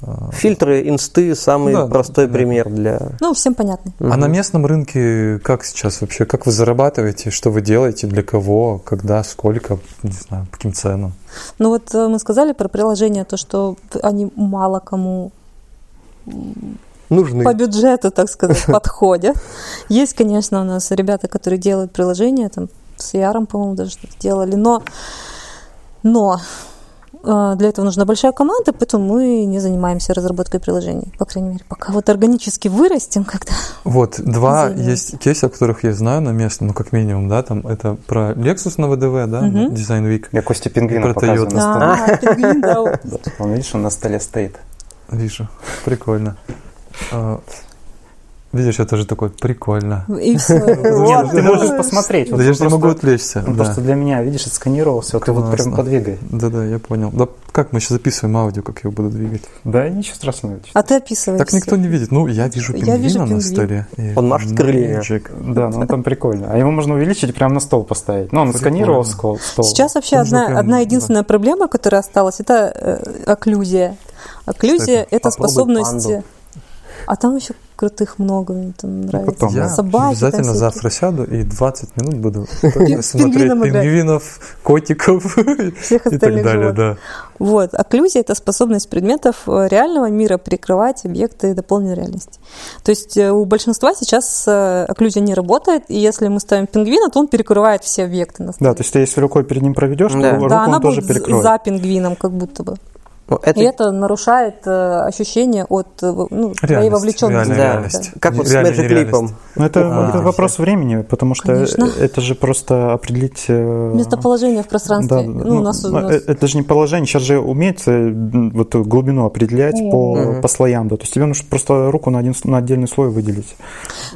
A: А,
D: Фильтры, инсты самый
A: Да,
D: простой
A: да.
D: пример для.
B: Ну, всем понятно.
A: А на местном рынке как сейчас вообще? Как вы зарабатываете? Что вы делаете? Для кого? Когда? Сколько? Не знаю, по каким ценам?
B: Ну, вот э, мы сказали про приложение, то, что они мало кому
D: нужны.
B: по бюджету, так сказать, подходят. Есть, конечно, у нас ребята, которые делают приложения, там, с Яром, по-моему, даже что-то делали, но, но э, для этого нужна большая команда, поэтому мы не занимаемся разработкой приложений, по крайней мере, пока вот органически вырастем, когда
A: Вот, два
B: Извиняюсь.
A: есть кейса, о которых я знаю на местном, ну, как минимум, да, там, это про Lexus на ВДВ, да,
B: Мгм.
A: Design Week.
C: А Я Кости Пингвина
A: Про
C: показываю
A: Toyota.
C: на столе.
B: А, пингвин, да.
C: Да, тут он, видишь, он на столе стоит.
A: Вижу, прикольно. А, Видишь, я тоже такой, прикольно.
B: И всё.
C: Нет, ну ты
A: Э, да.
C: можешь посмотреть.
A: Да
C: вот
A: я же не
C: просто-
A: могу отвлечься.
C: Ну,
A: да.
C: Просто для меня, видишь, отсканировался, вот ты вот прям
A: Классно.
C: подвигай.
A: Да-да, я понял. Да как мы сейчас записываем аудио, как я его буду двигать?
C: Да, ничего страшного.
B: А ты описывай.
A: Так
B: всё.
A: никто не видит. Ну, я вижу пингвина
B: Я вижу
A: на
B: пингвин.
A: столе. И
D: Он машет крыльями.
A: мальчик.
C: Да, ну там прикольно. А его можно увеличить и прямо на стол поставить. Ну, он
A: Прикольно.
C: отсканировал скол- стол.
B: Сейчас вообще
A: Нужно
B: одна,
A: прям,
B: одна
A: да.
B: единственная проблема, которая осталась, это э, окклюзия. Окклюзия
A: Кстати,
B: это
D: попробуй
B: способность.
D: панду.
B: А там еще крутых много, мне там нравится.
C: потом.
A: Я
B: Собаки
A: обязательно
B: там всякие.
A: завтра сяду и 20 минут буду
B: С
A: смотреть
B: пингвином играть.
A: пингвинов, котиков и
B: Всех
A: так
B: остальных
A: далее,
B: животных.
A: да.
B: Вот. Окклюзия – это способность предметов э, реального мира прикрывать объекты дополненной реальности. То есть э, у большинства сейчас э, окклюзия не работает, и если мы ставим пингвина, то он перекрывает все объекты. на
C: Да,
B: столе.
C: то есть ты если рукой перед ним проведешь,
D: Да.
C: то руку
B: Да, она
C: он тоже
B: будет
C: перекроет.
B: за пингвином, как будто бы.
D: Ну, это
B: И это нарушает э, ощущение от э, в- ну, твоей
A: Реальность,
B: вовлеченности.
A: реальная
D: Да.
A: реальность.
D: как вот с
A: Реальная
D: Magic
A: нереальность.
D: Leap.
C: Но это,
A: А,
C: это
A: да.
C: вопрос времени, потому что
B: Конечно.
C: это же просто определить... э,
B: Местоположение в пространстве.
C: да,
B: ну, у нас, у
C: но
B: нас-
C: э- Это же не положение, сейчас же умеет э, м, вот эту глубину определять по,
D: Мгм.
C: по слоям. Да. То есть тебе нужно просто руку на, один, с- на отдельный слой выделить.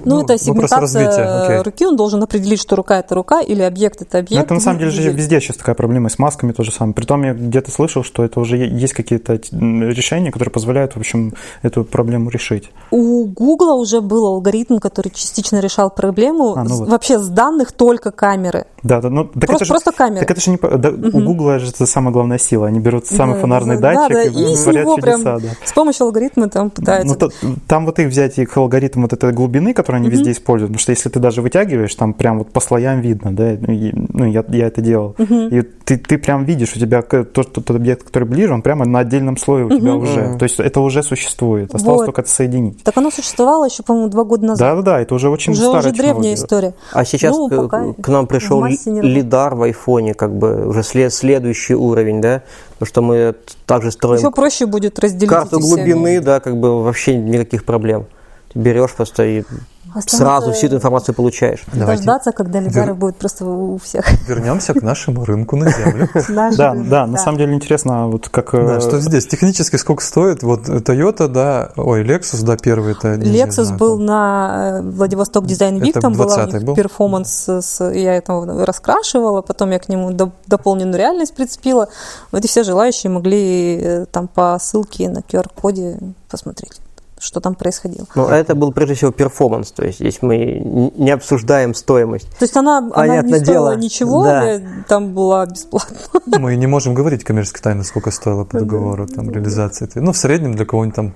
B: ну,
A: ну,
B: это
A: вопрос развития, окей.
B: сегментация руки, он должен определить, что рука – это рука, или объект – это
C: Но
B: объект.
C: это на самом деле же
B: Или-
C: везде сейчас такая проблема и с масками тоже самое. Притом я где-то слышал, что это уже е- есть какие-то т- м, решения, которые позволяют, в общем, эту проблему решить.
B: У Гугла уже был алгоритм, который частично решал проблему
C: А, ну
B: с-
C: вот.
B: вообще с данных только камеры.
C: Да, да, ну, так
B: просто,
C: это же...
B: просто камеры.
C: Так это же не... по- да, У
B: Мгм.
C: Гугла же это самая главная сила. Они берут самый
B: Да,
C: фонарный
B: да, да,
C: датчик
B: да, и с
C: творят
B: него прям
C: чудеса, да.
B: С помощью алгоритма там пытаются.
C: Ну, то- там вот их взять, их алгоритм вот этой глубины, которую они
B: Мгм.
C: везде используют, потому что если ты даже вытягиваешь, там прям вот по слоям видно, да, ну, и- ну, я, я это делал.
B: Мгм.
C: И ты, ты прям видишь, у тебя к- тот, тот, тот объект, который ближе, он прямо на отдельном слое у тебя
B: Мгм.
C: уже.
D: Мгм.
C: То есть это уже существует. Осталось
B: Вот.
C: только это соединить.
B: Так оно существовало еще, по-моему, два года назад.
C: Да-да-да, это уже очень
B: уже
C: старая
B: уже древняя
C: технология.
B: история.
D: А сейчас
B: Ну,
D: к,
B: пока
D: к нам пришел
B: в массе не
D: ли- лидар в айфоне, как бы уже след- следующий уровень, да, потому что мы т- также строим
B: Еще проще будет разделить
D: карту
B: эти все.
D: глубины, да, как бы вообще никаких проблем. Ты берешь просто и
B: Останется
D: сразу всю эту информацию получаешь.
A: Давайте.
B: Дождаться, когда лидары
A: Вер-
B: будут просто у всех.
A: Вернемся к нашему рынку на землю.
B: Наш
C: Да,
B: рынок,
C: да, на самом деле интересно, вот как... э,
A: Да, что здесь? Технически сколько стоит? Вот э, Toyota, да, ой, Lexus, да, первый это... не- не
B: Lexus
A: знаю,
B: был на э, Владивосток Дизайн Вик,
A: Это
B: там была у
A: 20-й
B: них
A: был?
B: перформанс, с- я это раскрашивала, потом я к нему доп- дополненную реальность прицепила. Вот и все желающие могли э, там по ссылке на QR-коде посмотреть, что там происходило.
D: Но это был прежде всего перформанс, то есть здесь мы н- не обсуждаем стоимость.
B: То есть она, она не
D: Понятно
B: стоила
D: дело.
B: ничего,
D: Да.
B: э, там была бесплатно.
A: там. Мы не Ну, можем говорить коммерческой тайны, сколько стоило по договору там реализация. этой. Ну, в среднем для кого-нибудь там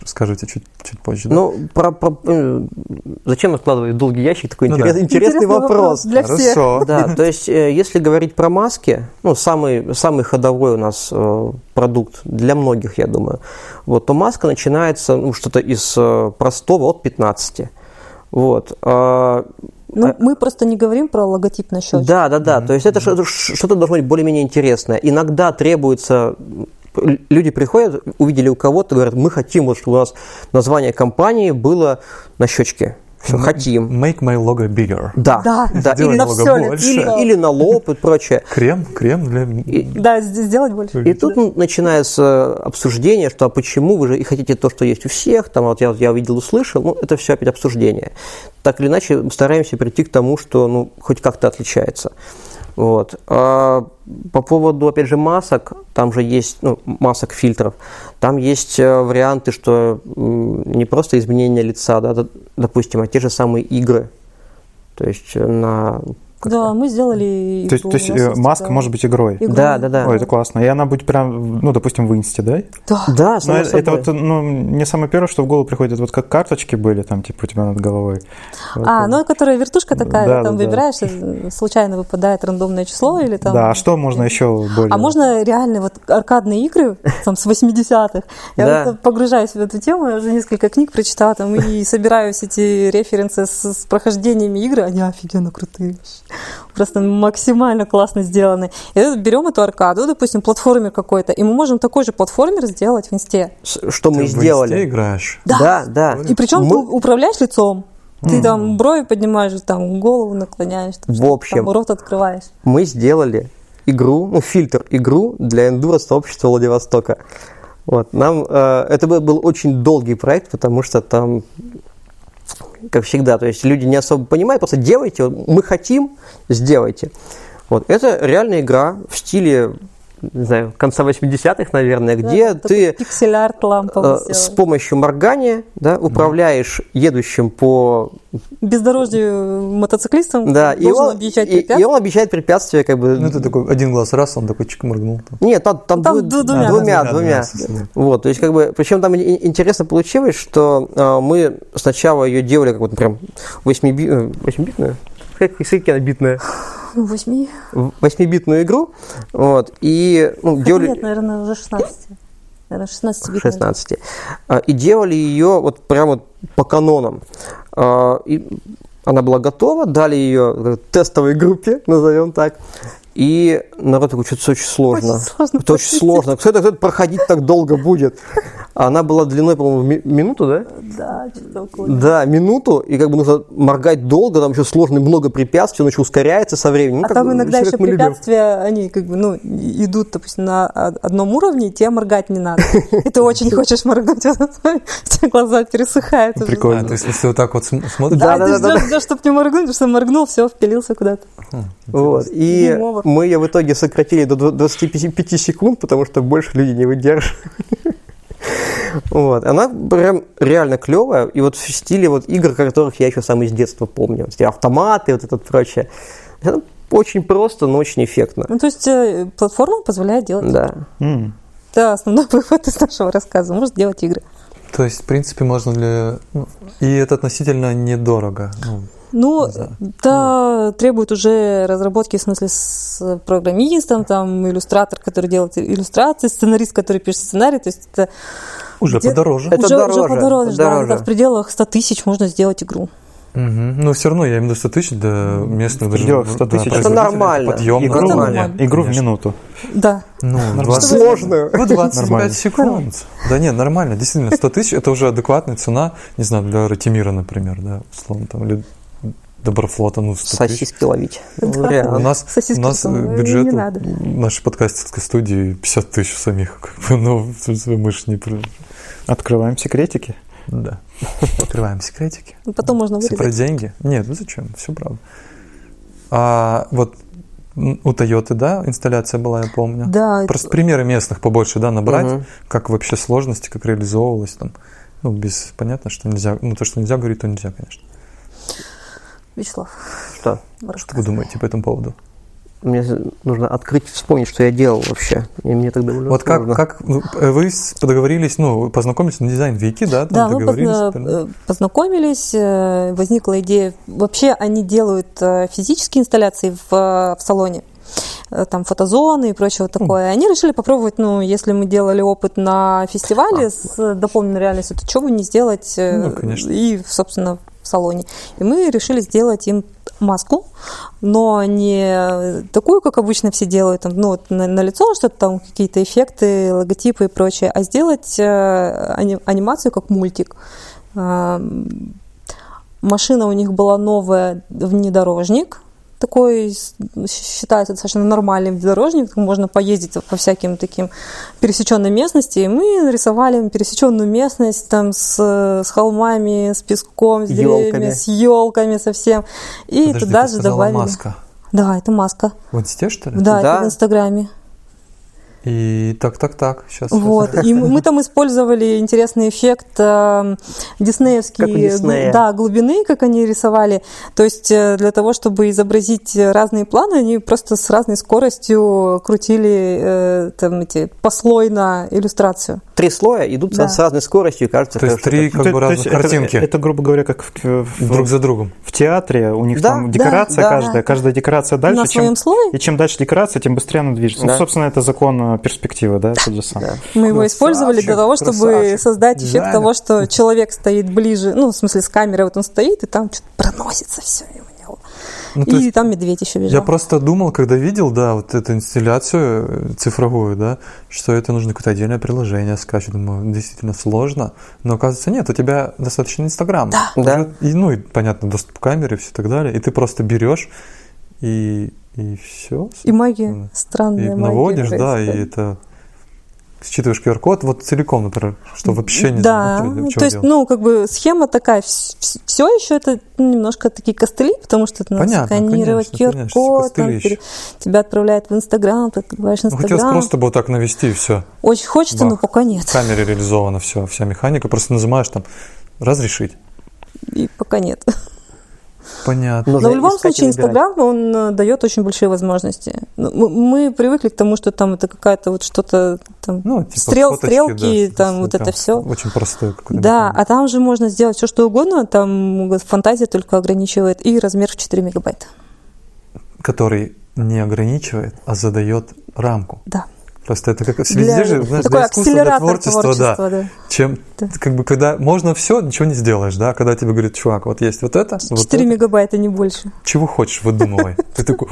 A: расскажете чуть, чуть позже. да?
D: Ну, про, про- э, зачем откладывать в долгий ящик такой
A: Ну
D: интерес-
A: да.
D: интересный, вопрос.
B: для всех.
A: Хорошо.
D: Да, то есть, э, если говорить про маски, ну, самый, самый ходовой у нас э, продукт для многих, я думаю, вот, то маска начинается, ну, что-то из э, простого от 15. Вот. а,
B: Ну, мы просто не говорим про логотип на счете.
D: да, да, да. То есть это что- что-то должно быть более-менее интересное. Иногда требуется л- люди приходят, увидели у кого-то, говорят, мы хотим, вот, чтобы у нас название компании было на щечке. Всё, хотим.
A: Make my logo bigger.
D: Да,
B: Да,
A: Сделай
D: Или,
B: на
A: много
B: всё ли-
A: больше.
B: да.
D: или на лоб и прочее.
A: Крем, крем для...
D: И-
B: Да, с- сделать больше.
D: И тут ну, начинается обсуждение, что а почему вы же и хотите то, что есть у всех, там вот я, я увидел, услышал, ну это все опять обсуждение. Так или иначе мы стараемся прийти к тому, что ну хоть как-то отличается. Вот. А по поводу, опять же, масок, там же есть, ну, масок фильтров, там есть э, варианты, что м, не просто изменение лица, да, д- допустим, а те же самые игры. То есть э, на...
C: Ну,
D: как-то-
B: Да, мы сделали...
C: То есть, то есть э, маска может быть игрой.
B: Игрой.
D: Да, да, да.
C: Ой, это классно. И она будет прям, ну, допустим, в инсте, да?
B: Да.
D: Да,
C: Ну,
D: само
C: это, это
D: собой.
C: вот, ну, мне самое первое, что в голову приходит, вот как карточки были там, типа, у тебя над головой.
B: А, ну, которая вертушка такая,
C: Да,
B: там
C: да, да.
B: выбираешь, э, случайно выпадает рандомное число или там...
C: Да, а что можно еще более?
B: А можно реально вот аркадные игры там с 80-х? Я
D: Да.
B: вот погружаюсь в эту тему, я уже несколько книг прочитала там и собираю все эти референсы с, с прохождениями игры, они офигенно крутые. Просто максимально классно сделаны. И вот берем эту аркаду, допустим, платформер какой-то, и мы можем такой же платформер сделать в инсте.
D: С- Что
A: Ты
D: мы
A: в инсте
D: сделали?
A: играешь.
D: Да, да.
B: И причем ты
D: Мы-
B: управляешь лицом. Ты там брови поднимаешь, там голову наклоняешь,
C: Ну,
B: там,
D: В
B: что-то
D: общем.
B: там рот открываешь.
D: мы сделали игру, ну, фильтр игру для эндуро сообщества Владивостока. Вот, нам, э, это был- был очень долгий проект, потому что там, как всегда, то есть люди не особо понимают, просто делайте, вот, мы хотим, сделайте. Вот, это реальная игра в стиле, не знаю, конца 80-х, наверное, где
B: Да, такой
D: ты
B: пиксель-арт ламповый
D: э, с
B: сделали.
D: помощью моргания да, управляешь едущим по
B: бездорожью мотоциклистом
D: Да, и
B: должен
D: он,
B: объезжать
D: и, и
B: препятствия.
D: он обещает препятствие, как бы.
A: Ну, ты такой один глаз раз, он такой чик моргнул. там.
D: Нет, там, там,
B: Там
D: будет-
B: ду- двумя.
A: Да,
D: двумя,
A: да,
D: двумя.
A: да.
D: Вот, то есть, как бы, причем там и- и- интересно получилось, что а, мы сначала ее делали как вот прям 8-битную, как скольки она битная,
B: Ну, Возьми.
D: восьмибитную игру, вот, и ну,
B: Хотя
D: делали...
B: Нет, наверное, уже 16. Наверное, 16 бит.
D: 16. А, И делали ее вот прям вот по канонам. А, И она была готова, дали ее тестовой группе, назовем так. И народ такой, что-то очень сложно.
B: Очень сложно
D: это очень
B: проходить».
D: сложно. Кто это, кто это проходить так долго будет? А Она была длиной, по-моему, в ми- минуту, да?
B: Да, что-то около.
D: Да, минуту, и как бы нужно моргать долго, там еще сложно, много препятствий, он еще ускоряется со временем. Ну,
B: А
D: как
B: там
D: бы,
B: иногда
D: всё, как
B: еще
D: мы любим.
B: препятствия, они как бы, ну, и- идут, допустим, на од- одном уровне, и тебе моргать не надо. И ты очень хочешь моргать, а у тебя глаза пересыхают. уже.
A: А, то есть, если вот так вот см- смотришь,
B: Да,
D: Да, да,
B: ты
D: да,
B: ждешь, ждешь, чтобы не моргнуть, потому что моргнул, все, впилился куда-то.
D: Вот. И
B: Гейм овер.
D: мы ее в итоге сократили до дв- 25 секунд, потому что больше люди не выдерживали. Вот. Она прям реально клевая. И вот в стиле вот игр, которых я еще сам из детства помню. Все автоматы, вот это прочее. Это очень просто, но очень эффектно.
B: Ну, то есть э, платформа позволяет делать.
D: Да.
C: М.
B: Это основной вывод из нашего рассказа. Может делать игры.
A: то есть, в принципе, можно для... ну, И это относительно недорого. Ну,
B: Ну,
A: Не знаю.
B: да, требует уже разработки, в смысле, с программистом, там, иллюстратор, который делает иллюстрации, сценарист, который пишет сценарий, то есть это
A: уже
B: Где-
A: подороже.
D: Это
B: уже,
D: дороже,
B: уже подороже, да,
D: дороже.
B: это в пределах 100 тысяч можно сделать игру.
A: Мгм. Но все равно я имею в виду 100 тысяч до местных даже...
C: Пределах 100
A: да,
C: тысяч. Это
A: производителей
D: нормально.
A: подъемно.
C: Игру,
B: Это нормально.
C: игру в
A: Конечно.
C: минуту.
B: Да,
A: Ну, 20...
D: Сложно.
A: Ну, 25
C: Нормально.
A: секунд. Да не, нормально. Действительно, 100 тысяч – это уже адекватная цена, не знаю, для Ратимира, например, да, условно, там, или Доброфлота, ну, 100 тысяч.
D: Сосиски ловить. Вариант.
A: У нас,
B: Сосиски
A: у нас
B: там,
A: э,
B: э,
A: бюджет
B: не
A: у
B: надо.
A: нашей подкастерской студии 50 тысяч самих. Как бы, ну, в смысле, мы ж не... про-
C: Открываем секретики.
A: Да. Открываем секретики.
B: Ну, потом можно
A: Все про
B: вырезать.
A: Типа деньги. Нет, ну зачем? Все правда. А вот м, у Тойоты, да, инсталляция была, я помню.
B: Да,
A: Просто примеры местных побольше, да, набрать,
D: Мгм.
A: как вообще сложности, как реализовывалось там. Ну, без понятно, что нельзя. Ну, то, что нельзя говорить, то нельзя, конечно.
B: Вячеслав.
D: Что?
A: Что вы думаете по этому поводу?
D: Мне нужно открыть, вспомнить, что я делал вообще. И мне так довольно
A: Вот как,
D: сложно.
A: как ну, вы с- договорились, ну, познаакомились на дизайн Вики, да? там
B: Да, мы
A: договорились,
B: позна-
A: да?
B: э, познакомились, э, возникла идея. Вообще они делают э, физические инсталляции в, э, в салоне, э, там фотозоны и прочее вот такое. Они решили попробовать, ну, если мы делали опыт на фестивале с э, дополненной реальностью, то чего бы не сделать э,
A: А. Ну, конечно.
B: и, собственно, в салоне. И мы решили сделать им маску, но не такую, как обычно все делают, там, ну, вот на, на лицо что-то там, какие-то эффекты, логотипы и прочее, а сделать э, ани- анимацию как мультик. Эм, Машина у них была новая, внедорожник, такой с- считается достаточно нормальным внедорожник, можно поездить по всяким таким пересеченной местности, и мы нарисовали пересеченную местность там с, э, с холмами, с песком, с деревьями,
D: Ёлками.
B: с елками совсем, и
A: Подожди,
B: туда
A: ты
B: же
A: сказала
B: добавили.
A: маска.
B: Да, это маска.
A: В инсте, что ли?
B: Да,
D: Да.
B: это в Инстаграме.
A: И так, так, так, сейчас.
B: Вот. И мы, мы там использовали интересный эффект э, диснеевский,
D: Как у Диснея.
B: гл- да, глубины, как они рисовали. То есть э, для того, чтобы изобразить э, разные планы, они просто с разной скоростью крутили э, там эти послойно иллюстрацию.
D: Три слоя идут
B: Да.
D: с разной скоростью, и кажется,
A: То есть
D: что-
A: три как
C: То-
A: бы
C: то
A: разных
C: есть это-
A: картинки
C: Это, грубо говоря, как в, в-
A: друг за другом.
C: в театре. У них
D: Да,
C: там
D: да,
C: декорация
D: да.
C: каждая. Каждая декорация дальше.
B: На
C: чем,
B: своем слое
C: И чем дальше декорация, тем быстрее она движется.
D: Да.
C: Ну, собственно, это закон э, перспективы, да, тот же самый.
D: Да.
B: Мы его
A: Красавчик,
B: использовали для того, чтобы
A: красавчик.
B: создать эффект
A: Дизайнер.
B: того, что человек стоит ближе, ну, в смысле, с камерой вот он стоит, и там что-то проносится все.
A: Ну, то
B: и
A: есть
B: там медведь еще
A: Я
B: бежал.
A: просто думал, когда видел, да, вот эту инсталляцию э, цифровую, да, что это нужно какое-то отдельное приложение скачать. Думаю, действительно сложно. Но оказывается, нет, у тебя достаточно Инстаграм. Да.
D: Да.
A: И, ну, и, понятно, доступ к камере и все так далее. И ты просто берешь и, и все.
B: И магия, странная магия.
A: наводишь, да, и
B: происходит.
A: это считываешь QR-код, вот целиком, например, что вообще не
B: да,
A: знаю, в чем
B: то есть,
A: дело.
B: ну, как бы схема такая, все еще это ну, немножко такие костыли, потому что это надо
A: Понятно,
B: сканировать
A: конечно, конечно,
B: QR-код, там
A: костыли еще.
B: пере- тебя отправляют в Инстаграм, ты открываешь
A: Ну, хотелось
B: Инстаграм.
A: просто было так навести и все.
B: Очень хочется, но
A: Бах.
B: пока
A: В
B: нет.
A: камере реализована все, вся механика, просто нажимаешь там разрешить.
B: И пока нет.
A: Ну, Понятно.
D: Нужно
B: Но в любом
D: искать и
B: случае
D: выбирать.
B: Инстаграм, он э, дает очень большие возможности. Ну, Мы, мы привыкли к тому, что там это какая-то вот что-то там...
A: Ну, типа
B: Стрел-
A: фоточки,
B: стрелки,
A: да,
B: там, вот
A: Инстаграм.
B: это всё.
A: Очень простое какое-то.
B: Да,
A: механизм.
B: а там же можно сделать все, что угодно, там э, фантазия только ограничивает, и размер в 4 мегабайта. а
A: Который не ограничивает, а задает рамку.
B: Да.
A: Просто это как везде
B: Для-
A: же, знаешь,
B: такой
A: для искусства, для
B: акселератор
A: творчества, да.
B: да.
A: Чем,
B: Да.
A: как бы, когда можно все, ничего не сделаешь, да. Когда тебе говорят, чувак, вот есть вот это, вот
B: 4
A: это,
B: мегабайта, не больше.
A: чего хочешь, выдумывай. Ты такой...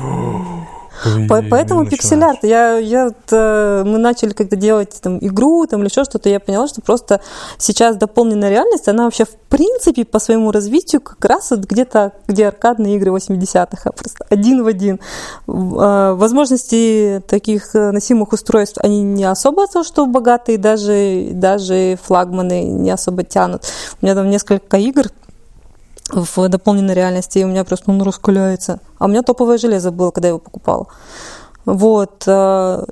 A: «Ой»,
B: По-
A: и
B: Поэтому
A: начинаешь.
B: пиксель-арт. Я, я, вот, э, мы начали когда делать там, игру там, или еще что-то, я поняла, что просто сейчас дополненная реальность, она вообще в принципе по своему развитию как раз вот где-то, где аркадные игры 80-х, а просто один в один. В- э, Возможности таких э, носимых устройств, они не особо то, что богатые, даже, даже флагманы не особо тянут. У меня там несколько игр, в дополненной реальности, и у меня просто он раскаляется. А у меня топовое железо было, когда я его покупала. Вот. э,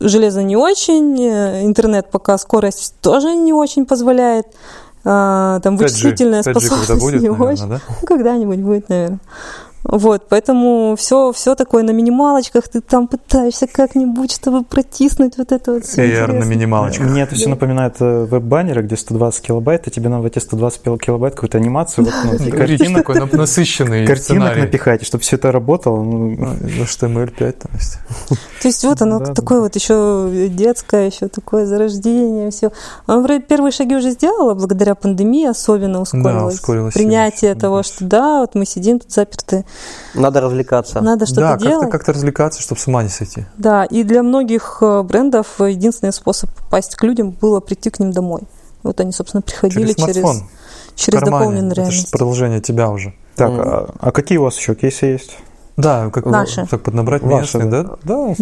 B: Железо не очень, э, интернет пока скорость тоже не очень позволяет, э, там
A: 5G,
B: вычислительная
A: 5G
B: способность
A: когда будет,
B: не
A: наверное,
B: очень.
A: да?
B: Ну, Когда-нибудь будет, наверное. Вот, поэтому все, все такое на минималочках, ты там пытаешься как-нибудь, чтобы протиснуть вот это вот все
A: AR на минималочках.
C: Мне это все напоминает э, веб-баннеры, где 120 килобайт, и тебе надо в эти 120 пил- килобайт какую-то анимацию, вот, ну,
A: Картинок
C: картинок,
A: такой на- насыщенный
C: картинок
A: сценарий.
C: напихать, чтобы все это работало. ну,
A: Ну, HTML5 там есть.
B: То есть вот оно
C: Да, да.
B: такое вот еще детское, еще такое зарождение, все. Он вроде первые шаги уже сделала, благодаря пандемии особенно ускорилось.
A: ускорилось
B: принятие
A: сильно,
B: того,
A: конечно.
B: что да, вот мы сидим тут заперты,
D: Надо развлекаться.
B: надо что-то
A: да,
B: делать.
A: как-то, как-то развлекаться, чтобы с ума не сойти.
B: Да, и для многих э, брендов единственный способ попасть к людям было прийти к ним домой. Вот они, собственно, приходили
A: Через
B: через,
A: смартфон, в
B: через
A: кармане.
B: дополненную
A: Это же
B: реальность.
A: продолжение тебя уже.
C: Так,
D: Мгм.
C: а а какие у вас еще кейсы есть?
A: Да, как ну,
B: Наши.
A: так поднабрать
C: Ваши,
A: местные, да? Да,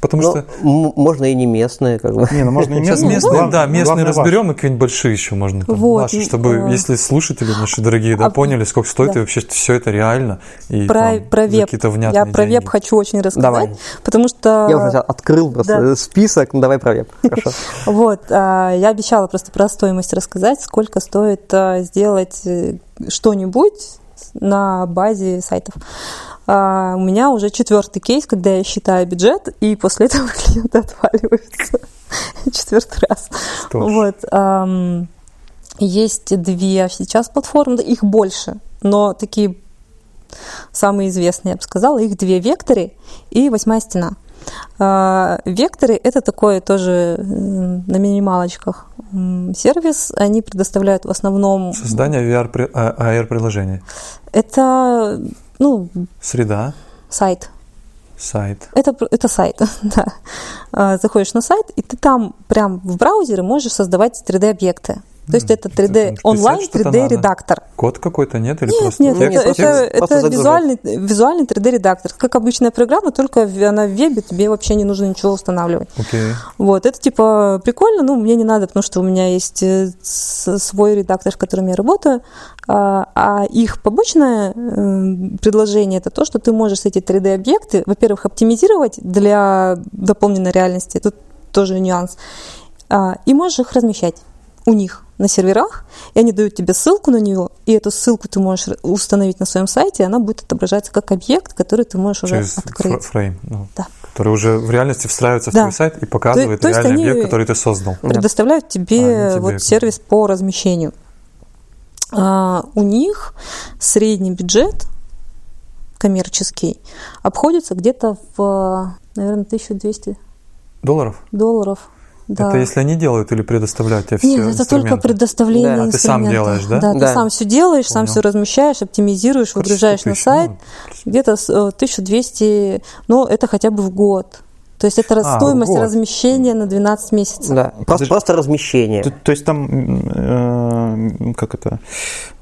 A: потому
D: Ну,
A: что
D: м- можно и не местные, как бы.
C: Не, ну можно и
A: сейчас
C: местные.
A: местные,
C: глав-
A: да, местные
C: главное ваш.
A: разберем, и какие-нибудь большие еще можно. Там,
B: Вот,
A: наши,
B: ну,
A: чтобы,
B: э,
A: если слушатели наши дорогие, да,
B: а,
A: поняли, сколько стоит,
B: да.
A: и вообще все это реально. И
B: Про,
A: там
B: про
A: за
B: веб.
A: какие-то внятные
B: Я про веб
A: деньги.
B: хочу очень рассказать,
D: Давай.
B: потому что...
D: Я уже взял- открыл просто
B: Да.
D: список, ну давай про веб. Хорошо.
B: Вот, а, я обещала просто про стоимость рассказать, сколько стоит а, сделать э, что-нибудь на базе сайтов. А, А, у меня уже четвертый кейс, когда я считаю бюджет, и после этого клиенты отваливаются. Четвертый раз.
C: Что ж.
B: Вот. ам, Есть две сейчас платформы, да, их больше, но такие самые известные, я бы сказала, их две векторы и восьмая стена. А, Векторы – это такое тоже м, на минималочках м, сервис. Они предоставляют в основном…
A: Создание VR, AR-приложений.
B: Это, ну,
A: Среда,
B: сайт.
A: сайт.
B: Это, пр- это сайт, да. А, Заходишь на сайт, и ты там прям в браузере можешь создавать 3D-объекты. То есть
A: М,
B: это 3D
A: писать
B: онлайн,
A: что-то
B: 3D редактор.
A: Код какой-то нет или просто
B: Нет,
D: Нет,
B: это,
D: просто
B: это-
D: текст,
B: это
D: просто загружать.
B: визуальный, визуальный 3D редактор, как обычная программа, только в- она в вебе, тебе вообще не нужно ничего устанавливать.
A: Окей.
B: Вот, это типа прикольно, ну, мне не надо, потому что у меня есть э, с- свой редактор, с которым я работаю, а, а их побочное э, предложение – это то, что ты можешь эти 3D-объекты, во-первых, оптимизировать для дополненной реальности, тут тоже нюанс, а, и можешь их размещать у них на серверах, и они дают тебе ссылку на нее, и эту ссылку ты можешь р- установить на своем сайте, и она будет отображаться как объект, который ты можешь уже
A: Через фр-
B: открыть.
A: фрейм. ну,
B: Да.
A: Который уже в реальности встраивается в
B: Да.
A: твой сайт и показывает
B: то есть
A: реальный
B: они-
A: объект, который ты создал.
D: Да.
B: предоставляют тебе,
A: А, они тебе
B: вот
A: это-
B: сервис по размещению. А, у них средний бюджет коммерческий обходится где-то в, наверное, 1200
A: Долларов?
B: долларов. Да.
A: Это если они делают или предоставляют тебе все
B: Нет, это только
A: инструменты?
B: предоставление
D: Да,
A: а ты сам
B: инструмента.
A: делаешь, да?
B: ты
D: Да.
B: сам все делаешь, сам
A: Понял.
B: все размещаешь, оптимизируешь,
A: Короче,
B: выгружаешь
A: 100
B: на
A: тысяч,
B: сайт.
A: ну,
B: Где-то с- э, 1200, но это хотя бы в год. То есть это
A: А, в
B: стоимость
A: год. Ну,
B: размещения на 12 месяцев.
D: Да, просто,
C: Подожди.
D: просто размещение.
C: То, то есть там, м, э, м, как это,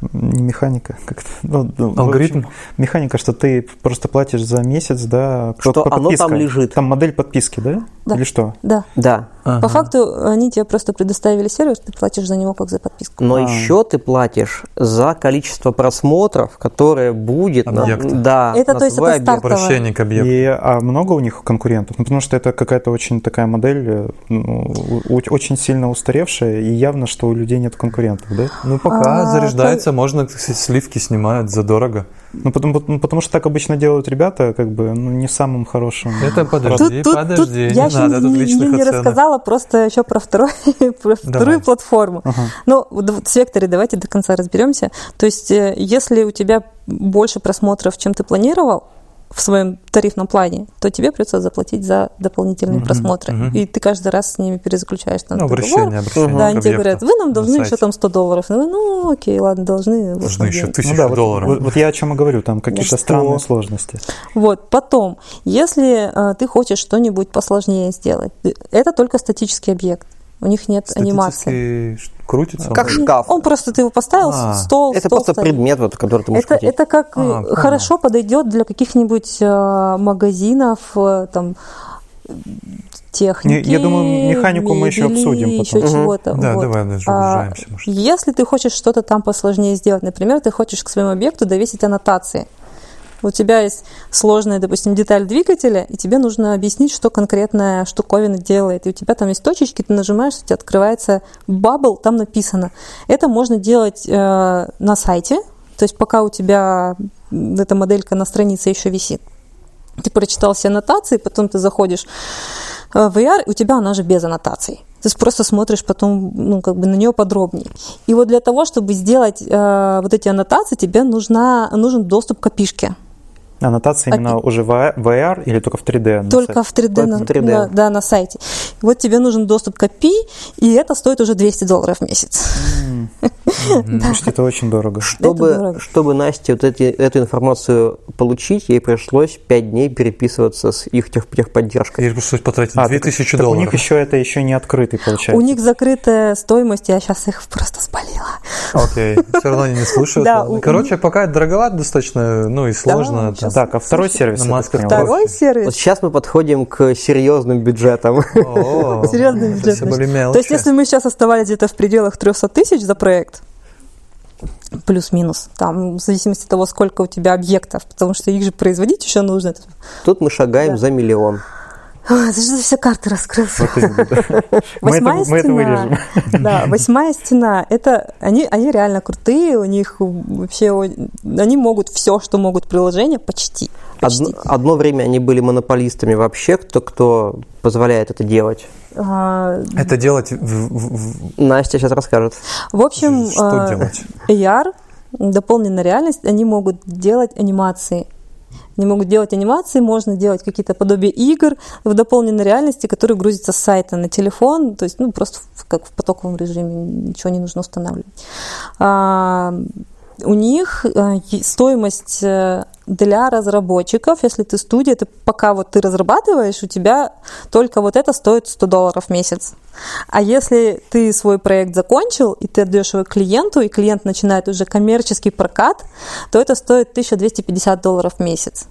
C: м, не механика, как это, ну, ну, в
A: Алгоритм?
C: общем, механика, что ты просто платишь за месяц, да, по-
D: Что
C: по
D: оно там
C: подпискам.
D: лежит.
C: Там модель подписки, да?
B: Да.
C: Или что?
B: Да.
D: Да.
B: По
A: Ага.
B: факту они тебе просто предоставили сервис, ты платишь за него как за подписку.
D: Но
C: А.
D: еще ты платишь за количество просмотров, которое будет на-
A: Объект.
D: да,
B: Это,
D: на
B: то есть,
D: твой
B: это старт.
D: объект.
A: Обращение к объекту.
C: И а много у них конкурентов? Ну, потому что это какая-то очень такая модель, э, ну, у- очень сильно устаревшая, и явно, что у людей нет конкурентов, да?
A: Ну, пока
B: А,
A: заряжается, можно, кстати, сливки снимают задорого.
C: Ну, потому, ну, потому что так обычно делают ребята, как бы, ну, не в самым хорошим. Ну
A: Это Ну, подожди, подожди, не
B: я еще
A: надо тут
B: не,
A: личных
B: не
A: оценок.
B: рассказала, просто еще про, второй,
A: Давай.
B: про вторую платформу.
C: Ага.
B: Ну, вот в- с векторе давайте до конца разберемся. То есть, э, если у тебя больше просмотров, чем ты планировал, в своем тарифном плане, то тебе придется заплатить за дополнительные просмотры.
A: мгм.
B: И ты каждый раз с ними перезаключаешь там
A: Ну,
B: договор.
A: обращение, обращение к
B: Да, они тебе
A: объекту
B: говорят, вы нам
A: на
B: должны еще
A: сайте.
B: там 100 долларов. Ну, ну окей, ладно, должны. вот
A: Нужно
B: вам
A: еще
B: денег.
A: тысячу
C: Ну да, вот-
A: долларов.
C: Вот, вот я о чем и говорю, там какие-то
A: что?
C: странные сложности.
B: Вот, потом, если э, ты хочешь что-нибудь посложнее сделать, ты- это только статический объект. У них нет анимации.
A: Статически ш- крутится.
B: А,
A: он?
D: Как шкаф.
B: Он просто ты его поставил,
A: А,
B: стол,
D: Это
B: стол
D: просто
B: стоит.
D: предмет, вот, который ты можешь
B: Это,
D: хотеть.
B: это как э,
A: А, понял.
B: хорошо подойдет для каких-нибудь э, магазинов, э, там, э, техники.
C: Не, я думаю, механику мы еще
B: мебели,
C: обсудим
B: еще
D: потом. Мгм.
B: чего-то.
A: Да,
B: Вот.
A: давай даже
B: А,
A: ужаемся, может.
B: Если ты хочешь что-то там посложнее сделать, например, ты хочешь к своему объекту довесить аннотации. У тебя есть сложная, допустим, деталь двигателя, и тебе нужно объяснить, что конкретная штуковина делает. И у тебя там есть точечки, ты нажимаешь, у тебя открывается бабл, там написано. Это можно делать э, на сайте, то есть пока у тебя м, эта моделька на странице еще висит. Ты прочитал все аннотации, потом ты заходишь э, в VR, у тебя она же без аннотаций. Ты с- просто смотришь потом, ну, как бы на нее подробнее. И вот для того, чтобы сделать э, вот эти аннотации, тебе нужна, нужен доступ к опишке.
C: Аннотация
B: А
C: именно уже в VR или только в 3D? на
B: Только
C: сайте?
B: в 3D,
D: Только
B: на,
D: в 3D.
B: на- да, на сайте. Вот тебе нужен доступ к API, и это стоит уже 200 долларов в месяц.
C: Потому что это очень дорого.
B: Это
D: Чтобы,
B: дорого.
D: чтобы Насте вот эти, эту информацию получить, ей пришлось 5 дней переписываться с их тех, техподдержкой.
A: Я же пришлось потратить
C: А,
A: 2000
C: так- так
A: долларов.
C: у них еще это еще не открытый, получается.
B: У них закрытая стоимость, я сейчас их просто спалила.
A: Окей, все равно они не слушают.
B: Да,
A: ладно.
B: у-
A: Короче, пока это дороговато достаточно, ну и сложно. там.
B: сейчас.
C: Так, а второй сервис?
A: На
C: я так
A: масках
C: понял.
A: так.
B: Второй сервис.
D: Вот сейчас мы подходим к серьезным бюджетам.
A: О,
B: Серьезный
A: это
B: бюджет,
A: все были
B: То есть,
A: мелочи.
B: если мы сейчас оставались где-то в пределах 300 тысяч за проект, плюс-минус, там, в зависимости от того, сколько у тебя объектов, потому что их же производить еще нужно.
D: Тут мы шагаем
B: Да.
D: за миллион.
B: Ой, за что ты все карты раскрыл?
C: Вот именно, да. Мы это-
B: Восьмая
C: мы это
B: стена.
C: вырежем.
B: Да, восьмая стена. Это они, они реально крутые, у них вообще о- они могут все, что могут приложения, почти.
D: Одно,
B: почти.
D: одно время они были монополистами вообще, кто, кто позволяет это делать.
B: А,
A: Это делать в- в- в-
D: Настя сейчас расскажет.
B: в общем,
A: что
B: а,
A: делать?
B: AR, дополненная реальность, они могут делать анимации. Они могут делать анимации, можно делать какие-то подобия игр в дополненной реальности, которые грузятся с сайта на телефон, то есть ну, просто в- как в потоковом режиме, ничего не нужно устанавливать. А, у них а, е- стоимость э, для разработчиков, если ты студия, это пока вот ты разрабатываешь, у тебя только вот это стоит 100 долларов в месяц. А если ты свой проект закончил, и ты отдаешь его клиенту, и клиент начинает уже коммерческий прокат, то это стоит 1250 долларов в месяц.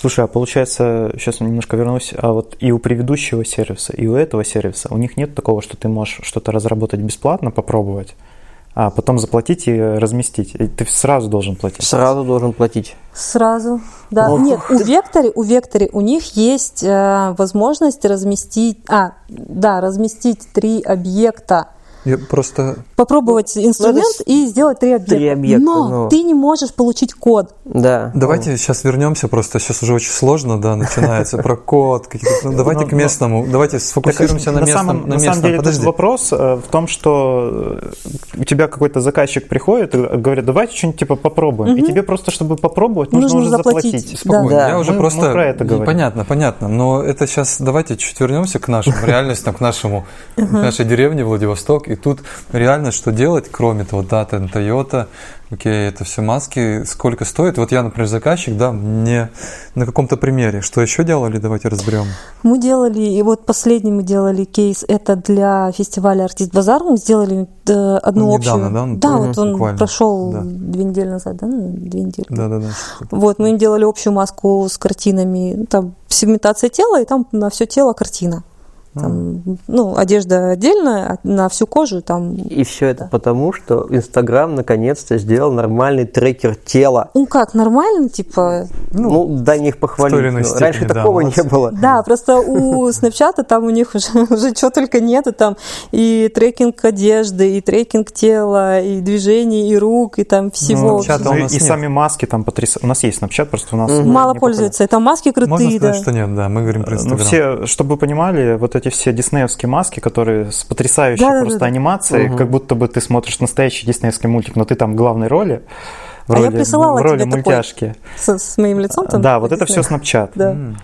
C: Слушай, а получается, сейчас немножко вернусь, а вот и у предыдущего сервиса, и у этого сервиса, у них нет такого, что ты можешь что-то разработать бесплатно, попробовать, а потом заплатить и разместить. И ты сразу должен платить.
D: Сразу должен платить.
B: Сразу, да.
C: Ох.
B: Нет, у Векторе, у Векторе у них есть э, возможность разместить, а, да, разместить три объекта
A: Я просто
B: попробовать
A: Ну,
B: инструмент
D: с-
B: и сделать три объекта.
D: объекта,
B: но,
D: но-
B: ты не можешь получить код.
D: Да.
A: Давайте сейчас вернемся, просто сейчас уже очень сложно, да, начинается про код. какие-то- ну, Давайте
C: Ну,
A: к
C: ну.
A: местному, давайте сфокусируемся на местном.
C: самом,
A: на
C: на самом
A: местном.
C: деле
A: Подожди.
C: тут вопрос э, в том, что э, у тебя какой-то заказчик приходит и э, говорит, давайте что-нибудь типа попробуем. И тебе просто, чтобы попробовать, нужно,
B: Нужно
C: уже
B: заплатить.
C: заплатить.
A: Спокойно.
D: Да.
A: Я уже
C: Мы- мы
A: просто...
C: про это говорим.
A: Понятно, понятно. Но это сейчас... Давайте чуть вернемся к нашим реальностям, к нашему, к нашей деревне Владивосток. И тут реально что делать, кроме того, да, там Toyota, окей, это все маски, сколько стоит. Вот я, например, заказчик, да, мне на каком-то примере. Что еще делали, давайте разберем.
B: Мы делали, и вот последний мы делали кейс, это для фестиваля «Артист Базар». Мы сделали э, одну
A: Ну,
B: общую.
A: недавно, да, он
B: да
A: был,
B: вот он
A: буквально,
B: прошел
A: да.
B: две недели назад, да, ну, две недели.
A: Да-да-да.
B: Вот, мы им делали общую маску с картинами. Ну, Там сегментация тела, и там на все тело картина.
A: А.
B: Там, ну, одежда отдельно, а на всю кожу там...
D: И все это потому, что Инстаграм наконец-то сделал нормальный трекер тела.
B: Ну как, нормально, типа,
D: Ну, дай них похвалить.
A: той или иной
D: Ну, Раньше
A: степени, да,
D: такого не
A: молодцы.
D: было.
B: Да, просто у Snapchat там у них уже, уже чего только нету, там и трекинг одежды, и трекинг тела, и движений, и рук, и там всего.
A: Snapchat,
B: В общем,
A: он- у
C: и,
A: нас
C: и
A: нет.
C: сами маски там потрясают. У нас есть Snapchat, просто у нас...
D: Мгм.
B: Мало
C: не
B: пользуются, и там маски
A: Можно
B: крутые,
A: сказать,
B: да.
A: что нет, да, мы говорим про
C: Ну,
A: Инстаграм.
C: все, чтобы вы понимали, вот эти все диснеевские маски, которые с потрясающей
B: Да-да-да-да.
C: просто анимацией,
D: Мгм.
C: как будто бы ты смотришь настоящий диснеевский мультик, но ты там в главной роли, в
B: А я
C: роли,
B: присылала
C: в роли
B: тебе такой.
C: мультяшки.
B: С, с моим лицом там.
C: да, вот это все
B: написано.
C: Snapchat.
B: Да.
A: М.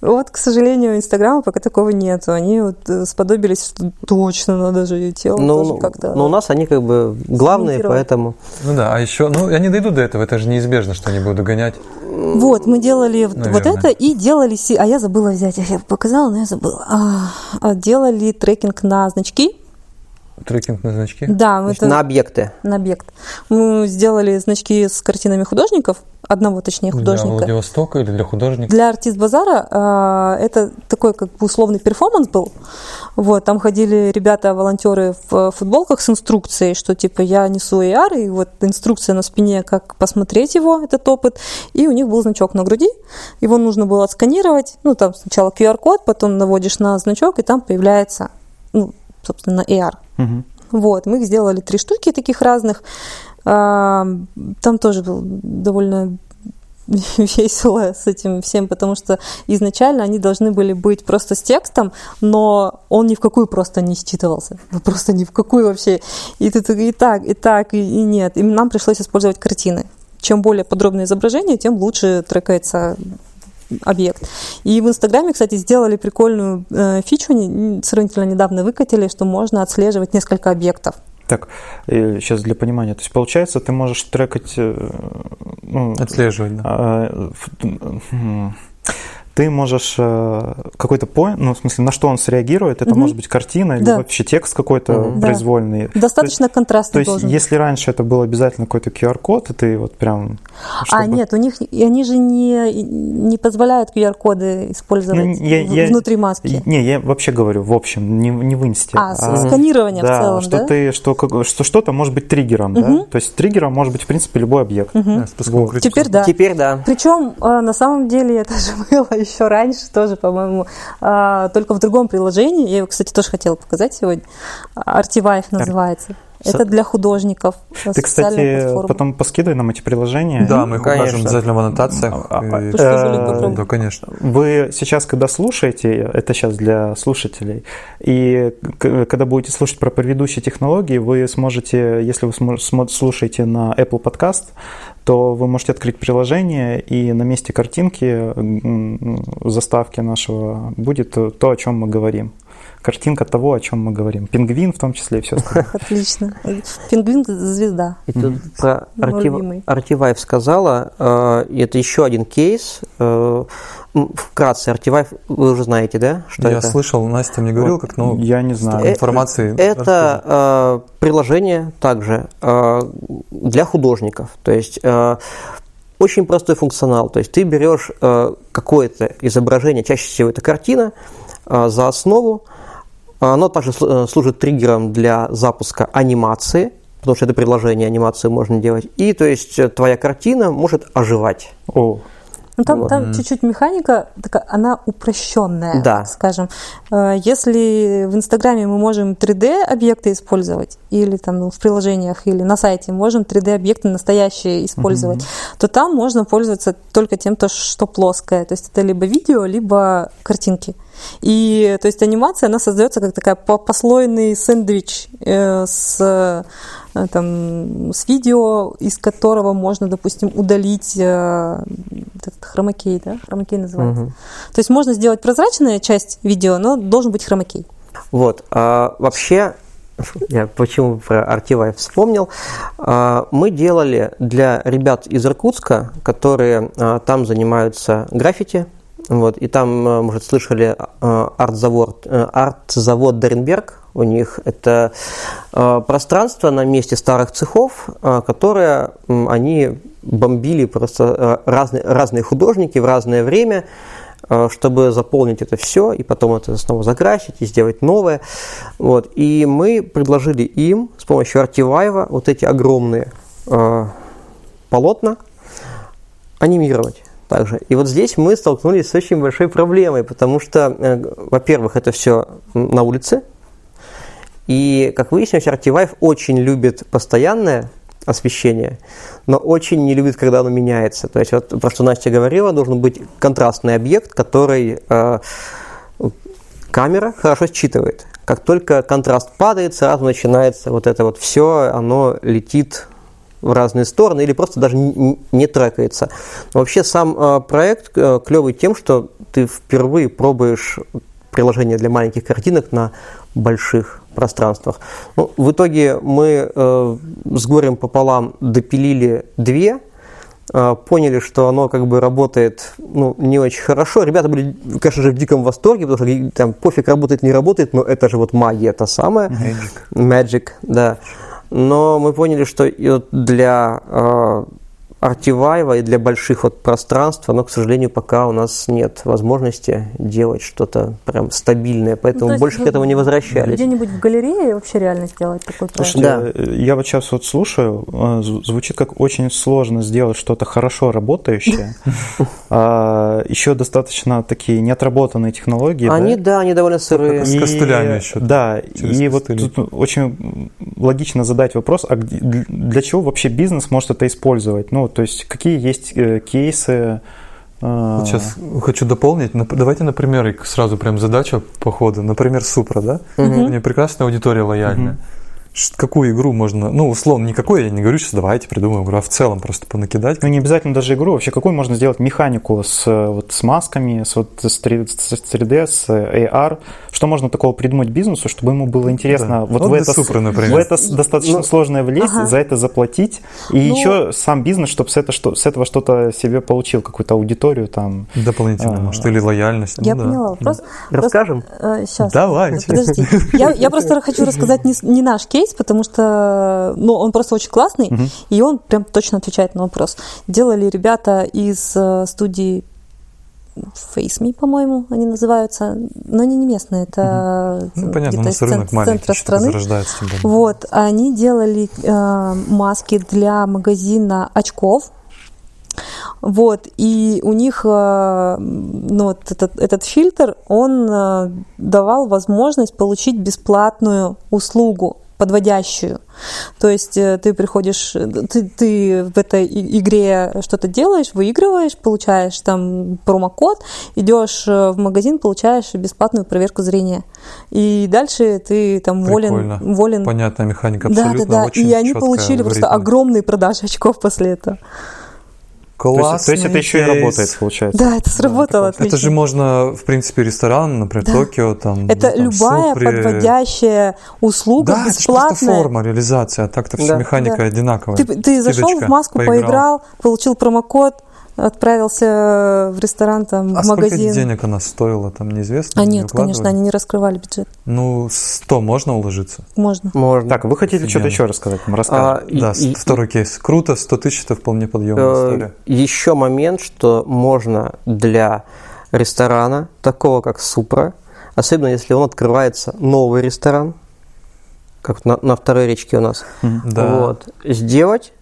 B: Вот, к сожалению, у Инстаграма пока такого нету. Они вот э, сподобились, что точно надо же и тело
D: Ну,
B: тоже как-то.
D: но у нас они как бы главные,
B: Сымитировать.
D: поэтому...
A: Ну да, а еще, ну, я не дойду до этого, это же неизбежно, что они будут догонять.
B: Вот, мы делали вот- вот
A: Наверное.
B: это и делали... си- А я забыла взять, я показала, но я забыла. А, а, делали трекинг на значки.
A: Трекинг на значки.
B: Да, мы
D: Значит,
B: Ну, это-
D: На объекты.
B: на объект. Мы сделали значки с картинами художников, одного точнее
A: Для
B: художника.
A: Владивостока или для художника?
B: Для артист базара а, это такой как бы условный перформанс был. Вот, там ходили ребята, волонтеры в э, футболках с инструкцией, что типа я несу AR, и вот инструкция на спине, как посмотреть его, этот опыт. И у них был значок на груди, его нужно было отсканировать. Ну, там сначала QR-код, потом наводишь на значок, и там появляется, ну, собственно, AR.
C: Мгм.
B: Вот, мы их сделали три штуки таких разных. А, Там тоже было довольно весело с этим всем, потому что изначально они должны были быть просто с текстом, но он ни в какую просто не считывался. Ну, просто ни в какую вообще. И ты такой, и так, и так, и, и нет. И нам пришлось использовать картины. Чем более подробное изображение, тем лучше трекается объект. И в Инстаграме, кстати, сделали прикольную э, фичу, не- не- сравнительно недавно выкатили, что можно отслеживать несколько объектов.
C: Так, сейчас для понимания. То есть, получается, ты можешь трекать... э, ну,
A: Отслеживать, да.
C: а, ф- м, ты можешь э, какой-то поинт, ну, в смысле, на что он среагирует, это
B: Мгм.
C: может быть картина или
B: Да.
C: вообще текст какой-то
D: Мгм.
B: Да.
C: произвольный.
B: Достаточно
C: То
B: контрастный
C: есть,
B: должен быть.
C: если раньше это был обязательно какой-то QR-код, и ты вот прям...
B: А,
C: чтобы-
B: нет, у них и они же не, не позволяют QR-коды использовать
C: Ну, я-
B: в-
C: я-
B: внутри маски.
C: Не, я вообще говорю, в общем, не, не вынести.
B: А, с- сканирование в
C: да,
B: целом,
C: что
B: да?
C: ты, что, как- что что-то может быть триггером, да?
B: Мгм.
C: То есть триггером может быть, в принципе, любой объект. типа
A: Да, спусковым крючком.
B: Теперь да.
D: Теперь да.
B: Причем, э, на самом деле, это же было еще раньше тоже, по-моему, а, только в другом приложении. Я его, кстати, тоже хотела показать сегодня. Артивайф называется.
C: Со-
B: Это для художников. э,
C: Ты,
B: социальная
C: кстати,
B: платформа.
C: потом поскидай нам эти приложения.
A: Да, мы их
D: Конечно.
A: укажем обязательно в аннотациях.
C: А, а,
A: И-
B: Пусть позволит
C: Э,
B: попробовать.
A: Да, конечно.
C: Вы сейчас, когда слушаете, это сейчас для слушателей, и к- когда будете слушать про предыдущие технологии, вы сможете, если вы смо- смо- слушаете на Apple Podcast, то вы можете открыть приложение, и на месте картинки м, заставки нашего будет то, о чем мы говорим. Картинка того, о чем мы говорим. Пингвин в том числе и все остальное.
B: Отлично. Пингвин звезда.
D: И тут про
B: Мой
D: Арти-
B: любимый.
D: Артивайф сказала, э, и это еще один кейс. э, м, Вкратце, Артивайф, вы уже знаете, да? Что
A: Я
D: это?
A: слышал, Настя мне говорила, как, ну,
C: Я не знаю.
D: Э,
A: информации. расскажи.
D: Это э, приложение также э, для художников. То есть э, очень простой функционал. То есть ты берешь э, какое-то изображение, чаще всего это картина, э, за основу. Оно также сл- э, служит триггером для запуска анимации, потому что это приложение, анимацию можно делать. И то есть э, твоя картина может оживать.
C: О,
B: Ну, там,
D: Вот.
B: там чуть-чуть механика такая, она упрощенная,
D: Да.
B: так скажем. Э, Если в Инстаграме мы можем 3D-объекты использовать, или там ну, в приложениях, или на сайте можем 3D-объекты настоящие использовать, то там можно пользоваться только тем, то, что плоское. То есть это либо видео, либо картинки. И то есть анимация, она создается как такая по- послойный сэндвич э, с э, там, с видео, из которого можно, допустим, удалить э, вот этот хромакей, да? Хромакей называется. То есть можно сделать прозрачная часть видео, но должен быть хромакей.
D: Вот. а, вообще, я почему про Артивай вспомнил, а, мы делали для ребят из Иркутска, которые а, там занимаются граффити, вот, и там, а, может, слышали а, арт-завод, э, арт-завод Доренберг, у них это а, пространство на месте старых цехов, а, которое м, они бомбили просто а, разные, разные художники в разное время, э, чтобы заполнить это все и потом это снова закрасить и сделать новое. Вот. И мы предложили им с помощью Артиваева вот эти огромные э, полотна анимировать также. И вот здесь мы столкнулись с очень большой проблемой, потому что, э, г- во-первых, это все на улице, и, как выяснилось, Артивайф очень любит постоянное освещение, но очень не любит, когда оно меняется. То есть, вот про что Настя говорила, должен быть контрастный объект, который э, камера хорошо считывает. Как только контраст падает, сразу начинается вот это вот все, оно летит в разные стороны или просто даже не, не трекается. Но вообще сам э, проект клевый тем, что ты впервые пробуешь приложение для маленьких картинок на больших пространствах. Ну, в итоге мы э, с горем пополам допилили две, э, поняли, что оно как бы работает ну, не очень хорошо. Ребята были, конечно же, в диком восторге, потому что и там пофиг работает, не работает, но это же вот магия та самая. Magic. да. Но мы поняли, что и вот для э, Артиваева и для больших вот пространств, оно, к сожалению, пока у нас нет возможности делать что-то прям стабильное, поэтому
B: Ну, то есть
D: больше к
B: вы
D: этому не возвращались.
B: Где-нибудь в галерее вообще реально сделать такой проект.
C: Слушайте,
D: Да.
C: э, я вот сейчас вот слушаю, э, зв- звучит как очень сложно сделать что-то хорошо работающее. А, Еще достаточно такие неотработанные технологии.
D: Они,
C: да?
D: да, они довольно сырые.
A: С костылями еще.
C: Да,
A: Через
C: и вот
A: костыли.
C: тут ну, очень логично задать вопрос, а где- для для чего вообще бизнес может это использовать? Ну, то есть какие есть э, кейсы? э,
A: Вот сейчас хочу дополнить. Нап- Давайте на примере к- сразу прям задача по ходу. Например, Супра, да? У нее прекрасная аудитория лояльная. Ш- Какую игру можно... Ну, условно, никакой, я не говорю сейчас, давайте придумаем игру, а в целом просто понакидать.
C: Ну, не обязательно даже игру, вообще какую можно сделать механику с, э, вот, с масками, с, вот, с 3D, с 3D, с AR. Что можно такого придумать бизнесу, чтобы ему было интересно
A: Да.
C: вот,
A: Вот
C: в, это, с-
A: Десупра, например.
C: в это с- достаточно
D: Ну,
C: сложное влезть,
B: ага.
C: за это заплатить, и
B: Ну,
C: еще сам бизнес, чтобы с, это, что, с этого что-то себе получил, какую-то аудиторию там.
A: Дополнительно,
C: А.
A: может, или лояльность.
B: Я
A: Ну да.
B: поняла вопрос.
D: Расскажем?
B: Сейчас.
A: Давайте.
B: Э, Подожди. Я, я просто хочу рассказать не, с- не наш кейс, потому что ну, он просто очень классный, и он прям точно отвечает на вопрос. Делали ребята из э, студии Face Me, по-моему, они называются, но они не местные, это
A: Ну, понятно, у
B: где-то
A: нас
B: из
A: рынок
B: цен-
A: маленький,
B: центра
A: что-то
B: страны.
A: зарождается. тем более.
B: Вот, они делали э, маски для магазина очков. Вот, и у них ну, вот этот, этот фильтр, он э, давал возможность получить бесплатную услугу подводящую. То есть э, ты приходишь, ты, ты в этой игре что-то делаешь, выигрываешь, получаешь там промокод, идешь э, в магазин, получаешь бесплатную проверку зрения. И дальше ты там
A: Прикольно.
B: волен, волен...
A: Понятная механика абсолютно.
B: да, да, да.
A: очень
B: И они
A: чёткая
B: получили
A: в
B: просто
A: ритме.
B: огромные продажи очков после этого.
C: То
A: Классный
C: есть, то есть это еще и
A: кейс.
C: работает, получается.
B: Да, это сработало
C: классно.
A: Это
B: отлично.
A: же можно, в принципе, ресторан, например,
B: Да.
A: Токио, там.
B: Это
A: ну, там,
B: любая
A: Супре.
B: подводящая услуга
A: Да, это же
B: бесплатная.
A: просто форма, реализация. а Так-то вся
D: Да.
A: механика
B: Да.
A: одинаковая.
B: Ты, ты зашел
A: Кидочка,
B: в маску, поиграл. получил промокод, отправился в ресторан, там,
A: А
B: в магазин.
A: сколько денег она стоила, там неизвестно?
B: А
A: не
B: нет, конечно,
A: укладывали?
B: они не раскрывали бюджет.
A: Ну, 100 можно уложиться?
B: Можно.
A: Ну,
D: Можно.
C: Так, вы хотели
A: Офигенно.
C: что-то еще рассказать? Мы
D: А,
C: расскажем.
D: и-
A: да,
D: и- Э,
A: второй кейс. Круто, 100 тысяч – это вполне подъемная история.
D: Еще момент, что можно для ресторана, такого как Супра, особенно если он открывается новый ресторан, как на, на второй речке у нас,
A: Да.
D: вот, сделать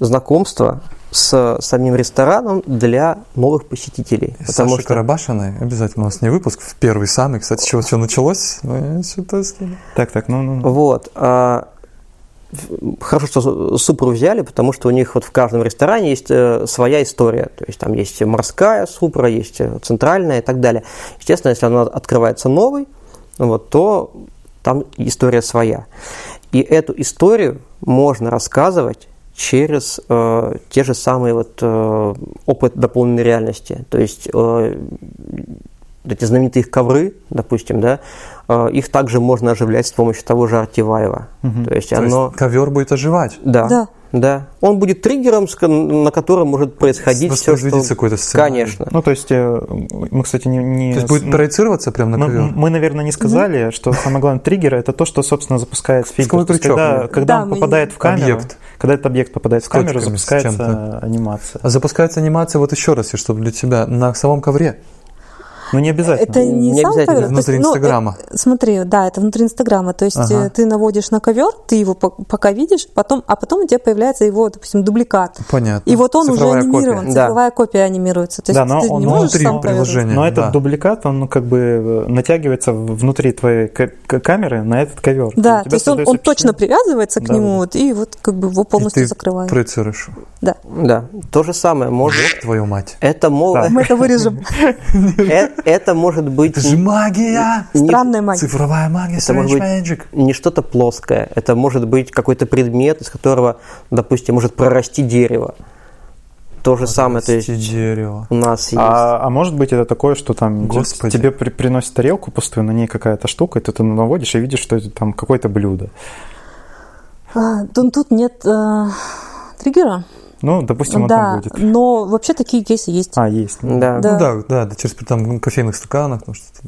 D: знакомство с самим рестораном для новых посетителей.
A: И Саши Карабашиной обязательно у нас не выпуск, в первый самый, кстати, с чего все началось. Ну, я что-то с ним.
C: Так, так, ну, ну, ну.
D: Вот. а, в- Хорошо, что Су- Супру взяли, потому что у них вот в каждом ресторане есть э, своя история. То есть там есть морская Супра, есть э, центральная и так далее. Естественно, если она открывается новый, вот, то там история своя. И эту историю можно рассказывать через э, те же самые вот э, опыт дополненной реальности. То есть э, эти знаменитые ковры, допустим, да, э, их также можно оживлять с помощью того же Артиваева. То есть
A: То есть
D: оно...
A: ковер будет оживать.
D: Да,
B: Да.
D: да. Он будет триггером, с ко- на котором может происходить все, что...
A: Воспроизведется какой-то сценарий.
D: Конечно.
C: Ну, то есть э, мы, кстати, не... не
A: То есть
C: с-
A: будет проецироваться прямо на
C: Мы,
A: ковер?
C: мы, наверное, не сказали, что самое главное триггер это то, что, собственно, запускает фильтр.
A: Сквозь
C: То есть
A: крючок,
C: когда
A: да.
C: когда
B: Да,
C: он
B: мы-
C: попадает в камеру,
A: Объект.
C: когда этот объект попадает в камеру,
A: точками, с
C: запускается
A: чем-то.
C: анимация.
A: А Запускается анимация вот еще раз, и чтобы для тебя на самом ковре,
C: Ну, не обязательно.
B: Это не,
D: Не
B: сам
D: обязательно
B: ковер. то есть,
A: внутри
B: ну,
A: Инстаграма.
B: э, смотри, да, это внутри Инстаграма. То есть
A: Ага.
B: э, ты наводишь на ковер, ты его по- пока видишь, потом, а потом у тебя появляется его, допустим, дубликат.
A: Понятно.
B: И вот он
A: Цифровая
B: уже анимирован,
A: копия. Ну,
D: Да.
B: цифровая копия анимируется. То есть
C: Да, но
B: ты
C: он
B: не можешь
A: внутри
B: сам повернуть.
A: приложения.
C: Но
A: да.
C: этот дубликат, он ну, как бы э, натягивается в- внутри твоей к- к- камеры на этот ковер. И
B: Да,
C: у тебя
B: то есть он,
C: создается
B: он точно
C: впечатление-
B: привязывается к
C: Да,
B: нему
C: да.
B: вот, и вот как бы его
A: и
B: полностью
A: ты
B: закрывает.
A: проецируешь.
B: Да.
D: Да. То же самое может...
A: Твою мать.
D: Это, мол...
C: Да.
B: Мы это вырежем.
D: э, это может быть...
A: Это же магия!
D: не-
B: Странная магия.
A: Цифровая магия,
D: Это
A: Strange
D: может быть
A: Magic.
D: не что-то плоское, это может быть какой-то предмет, из которого, допустим, может прорасти дерево. То же самое, то
A: Расти
D: есть
A: дерево.
D: у нас есть.
C: А, а может быть это такое, что там те-
A: Господи.
C: тебе при- приносят тарелку пустую, на ней какая-то штука, и ты это наводишь и видишь, что это там какое-то блюдо.
B: А, тун- Тут нет э, триггера.
C: Ну, допустим,
B: Да,
C: оно там будет.
B: но вообще такие кейсы есть.
C: А, есть. ну,
D: Да.
B: Да.
A: Ну да, да, да, через там ну, кофейных стаканах, ну, что-то,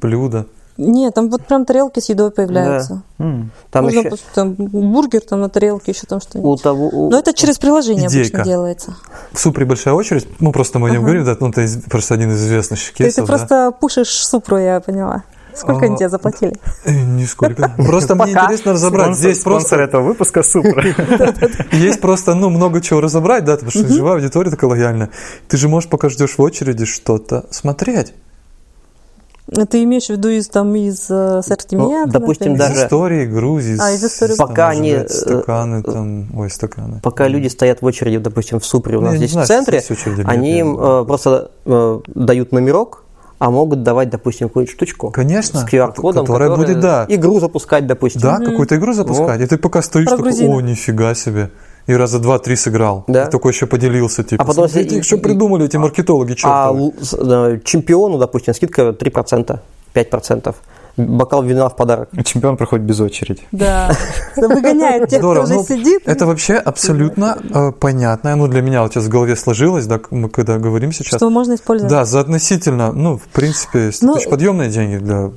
A: блюдо.
B: Нет, там вот прям тарелки с едой появляются.
C: М.
D: Там
B: Можно
D: еще
B: просто там бургер там на тарелке, еще там
D: у
B: что-нибудь.
D: того. у-
B: Но это через приложение
A: Идейка.
B: обычно делается.
A: В супре большая очередь, ну просто мы о нем говорим, да, ну это из- просто один из известных
B: Ты, ты
A: кейсов, да.
B: просто пушишь супру, я поняла.
A: А,
B: Сколько они тебе заплатили?
A: Э, Нисколько. Просто мне
D: Пока.
A: интересно разобрать.
C: Спонсор-
A: Здесь
C: спонсор
A: просто
C: этого выпуска супер.
A: есть просто, ну, много чего разобрать, да, потому что живая аудитория такая лояльная. Ты же можешь, пока ждешь в очереди, что-то смотреть.
B: Ты имеешь в виду из там из э, ассортимента?
D: Ну, допустим,
B: например?
D: да. Даже-
A: Из истории Грузии.
B: А,
A: с-
B: из истории
A: там,
D: Пока
A: может
D: они,
A: быть,
D: э,
A: Стаканы там, ой, стаканы.
D: Пока люди стоят в очереди, допустим, в Супре у
A: Ну,
D: нас
A: я не
D: здесь
A: знаю,
D: в центре,
A: с- с очередями
D: они
A: я
D: им
A: понимаю.
D: э, просто э, дают номерок, а могут давать, допустим, какую-нибудь штучку.
A: Конечно,
D: С QR-кодом.
A: которая будет, да.
D: Игру запускать, допустим.
A: Да, какую-то игру запускать, и ты пока стоишь
B: Про
A: такой,
B: грузина.
A: о, нифига себе. И раза два-три сыграл.
D: Да.
A: И только еще поделился, типа,
D: А потом
A: «Смотрите,
D: если-
A: что придумали эти маркетологи,
D: А
A: чертовы».
D: л- с- э, чемпиону, допустим, скидка 3%, 5%. Бокал вина в подарок.
C: Чемпион проходит без очереди.
B: Да. Выгоняет тех, кто
A: Здорово.
B: уже
A: Ну,
B: сидит.
A: Это вообще абсолютно э, понятное, ну, для меня вот сейчас в голове сложилось, да, мы когда говорим сейчас.
B: Что можно использовать?
A: Да, за относительно, ну, в принципе, это
B: Ну,
A: очень подъемные деньги для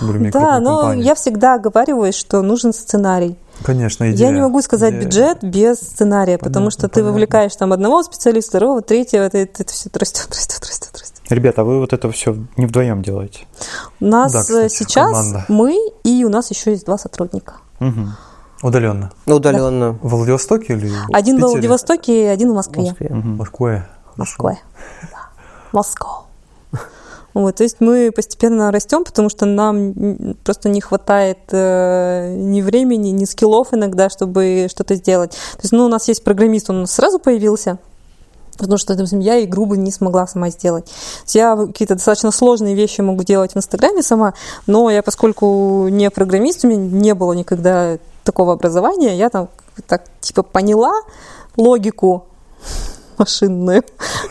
A: более-менее
B: Да,
A: крупной
B: но
A: компании.
B: я всегда оговариваюсь, что нужен сценарий.
A: Конечно, идея.
B: Я не могу сказать
A: Идея.
B: бюджет без сценария, потому
A: Понятно,
B: что ты
A: понятно.
B: вовлекаешь там одного специалиста, второго, третьего, это, это, все растет, растет, растет, растет.
C: Ребята, а вы вот это все не вдвоем делаете?
B: У нас э,
A: Да, кстати,
B: сейчас
A: команда.
B: мы и у нас еще есть два сотрудника.
C: Мгм.
A: Удаленно.
D: Ну, Удаленно.
A: В Владивостоке или в
B: Один был в
A: Питере?
B: Владивостоке, один в
D: В
B: Москве.
D: Москве.
A: Москве.
B: Москве. Москва. Вот, то есть мы постепенно растем, потому что нам м, просто не хватает э, ни времени, ни скиллов иногда, чтобы что-то сделать. То есть, ну, у нас есть программист, он сразу появился, потому что, допустим, я игру бы не смогла сама сделать. То есть я какие-то достаточно сложные вещи могу делать в Инстаграме сама, но я, поскольку не программист, у меня не было никогда такого образования, я там так типа поняла логику машинную.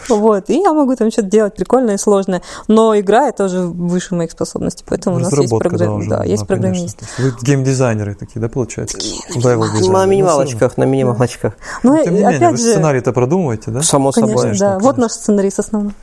B: Вот. И я могу там что-то делать прикольное и сложное. Но игра это уже выше моих способностей. Поэтому у нас есть,
A: Разработка, да,
B: програ-
A: уже. ну,
B: да, есть
A: да, конечно.
B: программист.
A: То есть Вы геймдизайнеры такие, да, получается? Левел дизайнеры.
D: На
A: Ну,
D: минималочках, на минималочках.
B: Но
A: Тем не менее,
B: Э, опять
A: вы
B: же,
A: сценарий-то продумываете, да?
D: Само
B: конечно,
D: собой.
A: конечно,
B: да. Вот
A: конечно.
B: наш сценарист основной.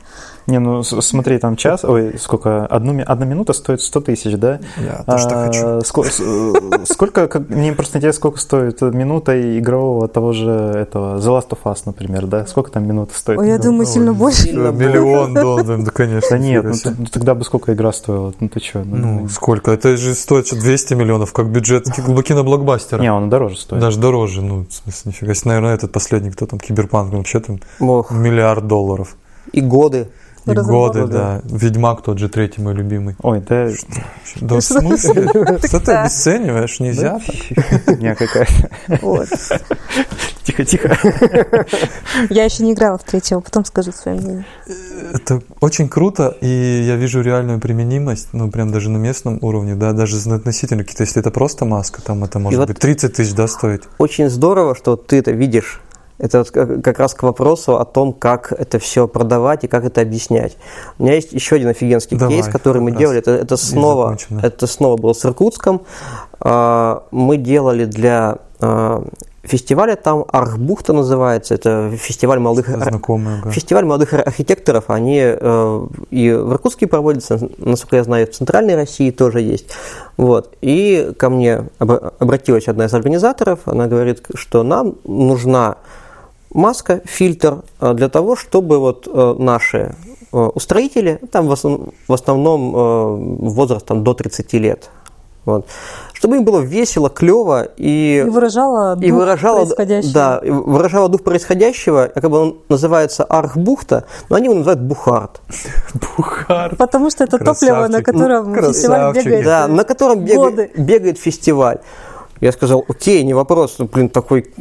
C: Не, ну с- смотри, там час, ой, сколько, одну, ми- одна минута стоит 100 тысяч, да?
A: Я тоже так
C: А,
A: хочу.
C: ско- с- э, Сколько, как- мне просто интересно, сколько стоит минута игрового того же этого The Last of Us, например, да? Сколько там минута стоит?
B: Ой, я думаю, сильно больше.
A: Э, Миллион долларов, да, конечно.
C: Да нет,
A: нифига
C: ну,
A: себе.
C: т- ну тогда бы сколько игра стоила? Ну ты что?
A: Ну, сколько? Это же стоит что, 200 миллионов, как бюджет ки- киноблокбастера.
C: не, он дороже стоит.
A: Даже дороже, ну, в смысле, нифига себе. Наверное, этот последний, кто там, Киберпанк, ну, вообще там
D: Ох,
A: миллиард долларов.
D: И годы.
A: И
B: Разработка.
A: годы, да. Ведьмак тот же третий мой любимый.
C: Ой, да,
A: Да в смысле? Что ты обесцениваешь? Нельзя так.
C: фигня какая. Тихо, тихо.
B: Я еще не играла в третьего, потом скажу свое мнение.
A: Это очень круто, и я вижу реальную применимость, ну, прям даже на местном уровне, да, даже относительно какие-то, если это просто маска, там это может
D: вот-
A: быть 30 тысяч, да, стоить.
D: Очень здорово, что ты это видишь. Это вот как как раз к вопросу о том, как это все продавать и как это объяснять. У меня есть еще один офигенский
A: Давай,
D: кейс, который мы
A: как раз.
D: делали. Это, это снова,
A: закончим, да.
D: это снова было с Иркутском. А, Мы делали для а, фестиваля там Архбухта называется. Это фестиваль молодых ар-
A: Знакомые, да.
D: Фестиваль молодых ар- архитекторов, они э, и в Иркутске проводятся, насколько я знаю, и в Центральной России тоже есть. Вот. И ко мне обра- обратилась одна из организаторов, она говорит, что нам нужна маска, фильтр э, для того, чтобы вот э, наши э, устроители, там в основ- в основном э, возраст там, до 30 лет, вот, чтобы им было весело, клево и
B: И выражала дух
D: Э, и выражала,
B: происходящего.
D: да, и выражала дух происходящего, а как бы он называется Архбухта, но они его называют Бухард.
A: Бухар.
B: Потому что это топливо, на
A: Красавчики.
B: котором
A: Ну,
B: фестиваль
A: красавчики.
B: бегает.
D: Да, на котором
B: Годы.
D: бегает, бегает фестиваль. Я сказал, окей, не вопрос, ну, блин, такой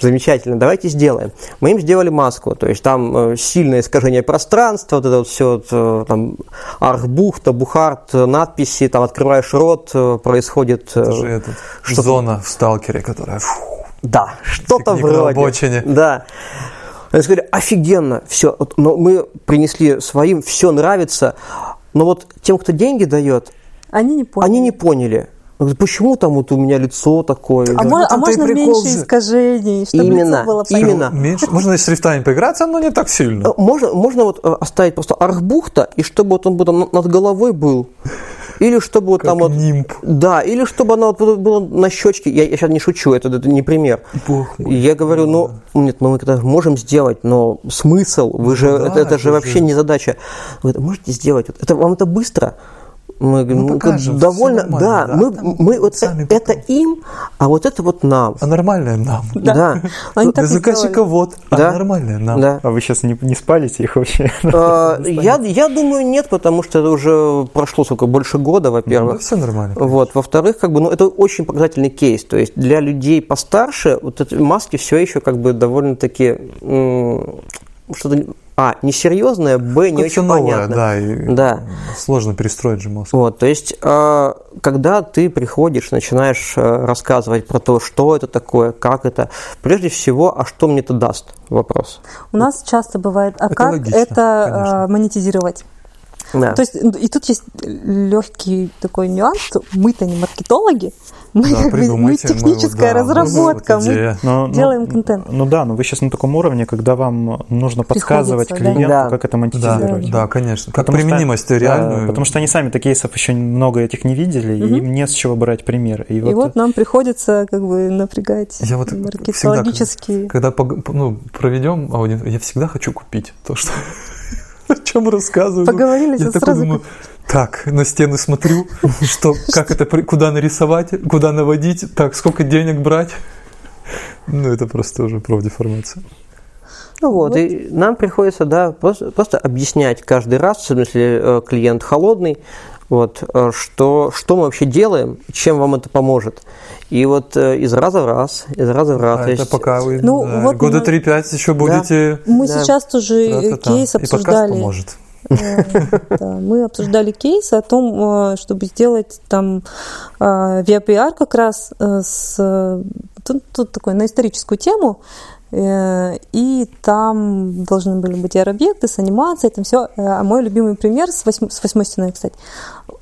D: замечательно, давайте сделаем. Мы им сделали маску, то есть там э, сильное искажение пространства, вот это вот все, там, архбухта, бухарт, э, надписи, там, открываешь рот, э, происходит... э,
A: Это же этот,
D: что-то-
A: зона в Сталкере, которая... фу,
D: Да, что-то
A: Пикник на
D: вроде.
A: обочине.
D: Да. Они сказали, офигенно, все, но мы принесли своим, все нравится, но вот тем, кто деньги дает,
B: Они не поняли.
D: они не поняли. Он говорит, Почему там вот у меня лицо такое?
B: А, мо- а
A: Вот это и
B: можно
A: прикол
B: меньше
A: же.
B: искажений, чтобы
D: Именно,
B: лицо было
D: именно.
B: понятно.
A: Меньше. Можно и с шрифтами поиграться, но не так сильно.
D: Можно, можно вот э, оставить просто архбухта, и чтобы вот он бы там над головой был. Или чтобы вот там
A: Как
D: вот...
A: нимб.
D: Да, или чтобы она вот была на щечке. Я, сейчас не шучу, это, это не пример.
A: Бог мой.
D: Я говорю, ну, нет, мы это можем сделать, но смысл, вы же,
A: да,
D: это, это же
A: это
D: вообще
A: же-
D: не задача. Вы это можете сделать, вот это, вам это быстро. Мы говорим, ну, это
A: покажем, всё
D: довольно,
A: нормально,
D: да,
A: да,
D: мы,
A: там
D: мы вот
A: сами
D: это, это им, а вот это вот нам.
A: А нормальное нам.
D: Ну,
B: Да. Они так
A: Для
B: и
A: заказчика
B: сделали.
A: вот,
D: Да.
A: а нормальное нам.
D: да.
C: А вы сейчас не, не спалите их вообще?
D: Э, Я, я думаю, нет, потому что это уже прошло сколько, больше года, во-первых.
A: все нормально.
D: Вот, во-вторых, как бы, ну, это очень показательный кейс. То есть для людей постарше вот эти маски все еще как бы довольно-таки м, что-то а несерьезное, б не
A: Как-то
D: очень
A: новое,
D: понятно.
A: да, и
D: Да.
A: сложно перестроить же мозг.
D: Вот, то есть, э, когда ты приходишь, начинаешь э, рассказывать про то, что это такое, как это, прежде всего, а что мне это даст? Вопрос.
B: У нас часто бывает, а
A: Это
B: как
A: логично,
B: это э,
A: конечно.
B: монетизировать?
D: Да.
B: То есть, и тут есть легкий такой нюанс, что мы-то не маркетологи, мы,
A: Да,
B: как бы- мы
A: придумайте, мы вот,
B: техническая
A: да, у нас
B: разработка,
A: вот
B: мы
A: идея.
C: Но- ну,
B: делаем контент.
C: Ну да, но вы сейчас на таком уровне, когда вам нужно подсказывать
B: да.
C: клиенту,
D: Да.
C: как это
A: Да,
C: монетизировать.
A: да, конечно. Как
C: Потому что-
A: применимость
C: да,
A: реальную.
C: потому что они сами-то кейсов еще много этих не видели, и им не с чего брать пример. И, а
B: И вот, нам приходится как бы напрягать
A: Я вот всегда,
B: маркетологические.
A: когда пог- ну, проведем аудиторию, я всегда хочу купить то, что о чем рассказываю.
B: Поговорили,
A: я
B: сразу
A: такой думаю, так, на стены смотрю, что, как это, куда нарисовать, куда наводить, так, сколько денег брать. Ну, это просто уже профдеформация.
D: Ну вот, вот, и нам приходится, да, просто, просто объяснять каждый раз, особенно если клиент холодный, вот, э, что, что мы вообще делаем, чем вам это поможет. И вот э, из раза в раз, из раза в раз.
A: А это есть... пока вы ну, да, вот года мы... 3-5 еще будете...
B: Да. Мы да. сейчас тоже Та-та-та. Э, кейс обсуждали. И
A: поможет.
B: Э, Да, мы обсуждали кейс о том, э, чтобы сделать там VR как раз э, с тут, тут такой на историческую тему, э, и там должны были быть R-объекты с анимацией, там все. А мой любимый пример с, восьм, с восьмой стеной, кстати.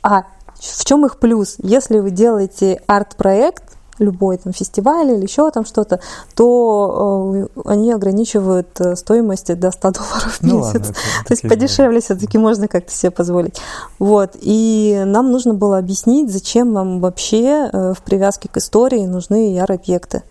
B: А в чем их плюс? Если вы делаете арт-проект, любой там фестиваль или еще там что-то, то э, они ограничивают стоимость до 100 долларов в месяц. Ну, ладно, то есть подешевле да. все-таки можно как-то себе позволить. Вот. И нам нужно было объяснить, зачем нам вообще э, в привязке к истории нужны яр-объекты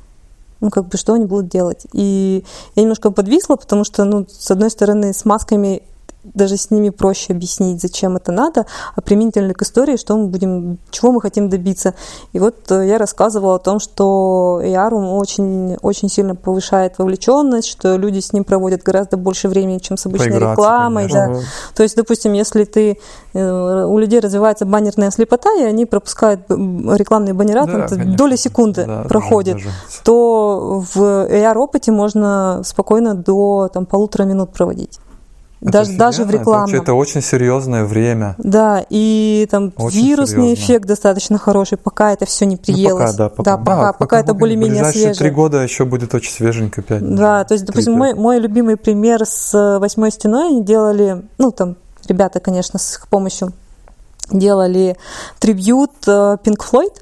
B: ну, как бы, что они будут делать. И я немножко подвисла, потому что, ну, с одной стороны, с масками даже с ними проще объяснить, зачем это надо, а применительно к истории, что мы будем, чего мы хотим добиться. И вот э, я рассказывала о том, что AR очень, очень сильно повышает вовлеченность, что люди с ним проводят гораздо больше времени, чем с обычной Поиграться, рекламой. Конечно. Да. Угу. То есть, допустим, если ты э, у людей развивается баннерная слепота, и они пропускают рекламные баннера, да, там доли секунды да, проходит, даже, даже. то в AR-опыте можно спокойно до там, полутора минут проводить.
A: Это
B: даже, даже в рекламе.
A: Это, это очень серьезное время.
B: Да, и там очень вирусный серьезно. эффект достаточно хороший, пока это все не
A: Ну, пока,
B: приелось.
A: да, пока.
B: Да, пока, да, пока, пока это более-менее свежее.
A: три года еще будет очень свеженько пять.
B: Да, то есть, допустим, 3-5. мой, мой любимый пример с э, «Восьмой стеной» они делали, ну, там, ребята, конечно, с их помощью делали трибьют э, Pink Floyd.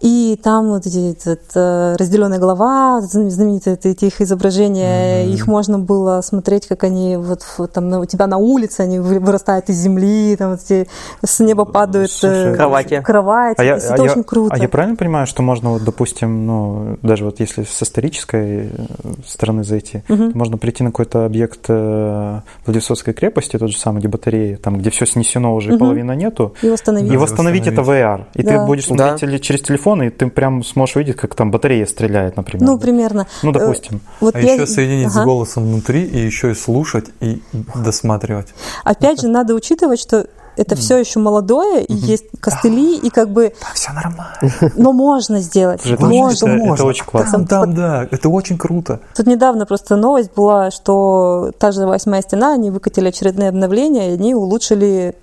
B: И там вот эти, этот, разделенная голова, знаменитые эти их изображения, mm-hmm. их можно было смотреть, как они вот там на, у тебя на улице, они вырастают из земли, там вот эти, с неба падают э, Слушай,
D: кровати.
B: кровати.
C: А я,
B: это а очень
C: я,
B: круто.
C: А я правильно понимаю, что можно вот, допустим, ну даже вот если с исторической э, стороны зайти, mm-hmm. то можно прийти на какой-то объект э, Владивостокской крепости, тот же самый, где батареи, там, где все снесено уже mm-hmm. и половины нету,
B: и восстановить,
C: и восстановить, это VR, и да. ты будешь смотреть да. через телефон телефона, и ты прям сможешь видеть, как там батарея стреляет, например.
B: Ну, примерно.
C: Ну, допустим.
A: Вот а я... еще соединить ага. с голосом внутри, и еще и слушать, и досматривать.
B: Опять
A: Ну
B: же, надо учитывать, что это mm. все еще молодое, и mm-hmm. есть костыли, и как бы...
A: Да, все нормально.
B: Но можно сделать.
A: Это
B: можно.
A: Это, можно. это очень классно. Там, там, да, это очень круто.
B: Тут недавно просто новость была, что та же «Восьмая стена», они выкатили очередные обновления, и они улучшили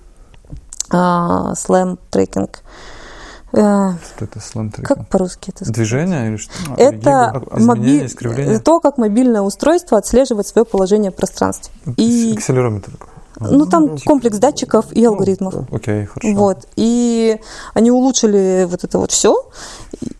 B: а, слэм-трекинг.
A: Что это сламтрик?
B: Как по-русски это
A: сказать? Движение или что? а,
B: Это э, моби... то, как мобильное устройство отслеживает свое положение в пространстве.
A: И... Акселерометр.
B: Ну, там ну, комплекс типа... датчиков и алгоритмов.
A: Ну, окей, хорошо.
B: Вот. И они улучшили вот это вот все.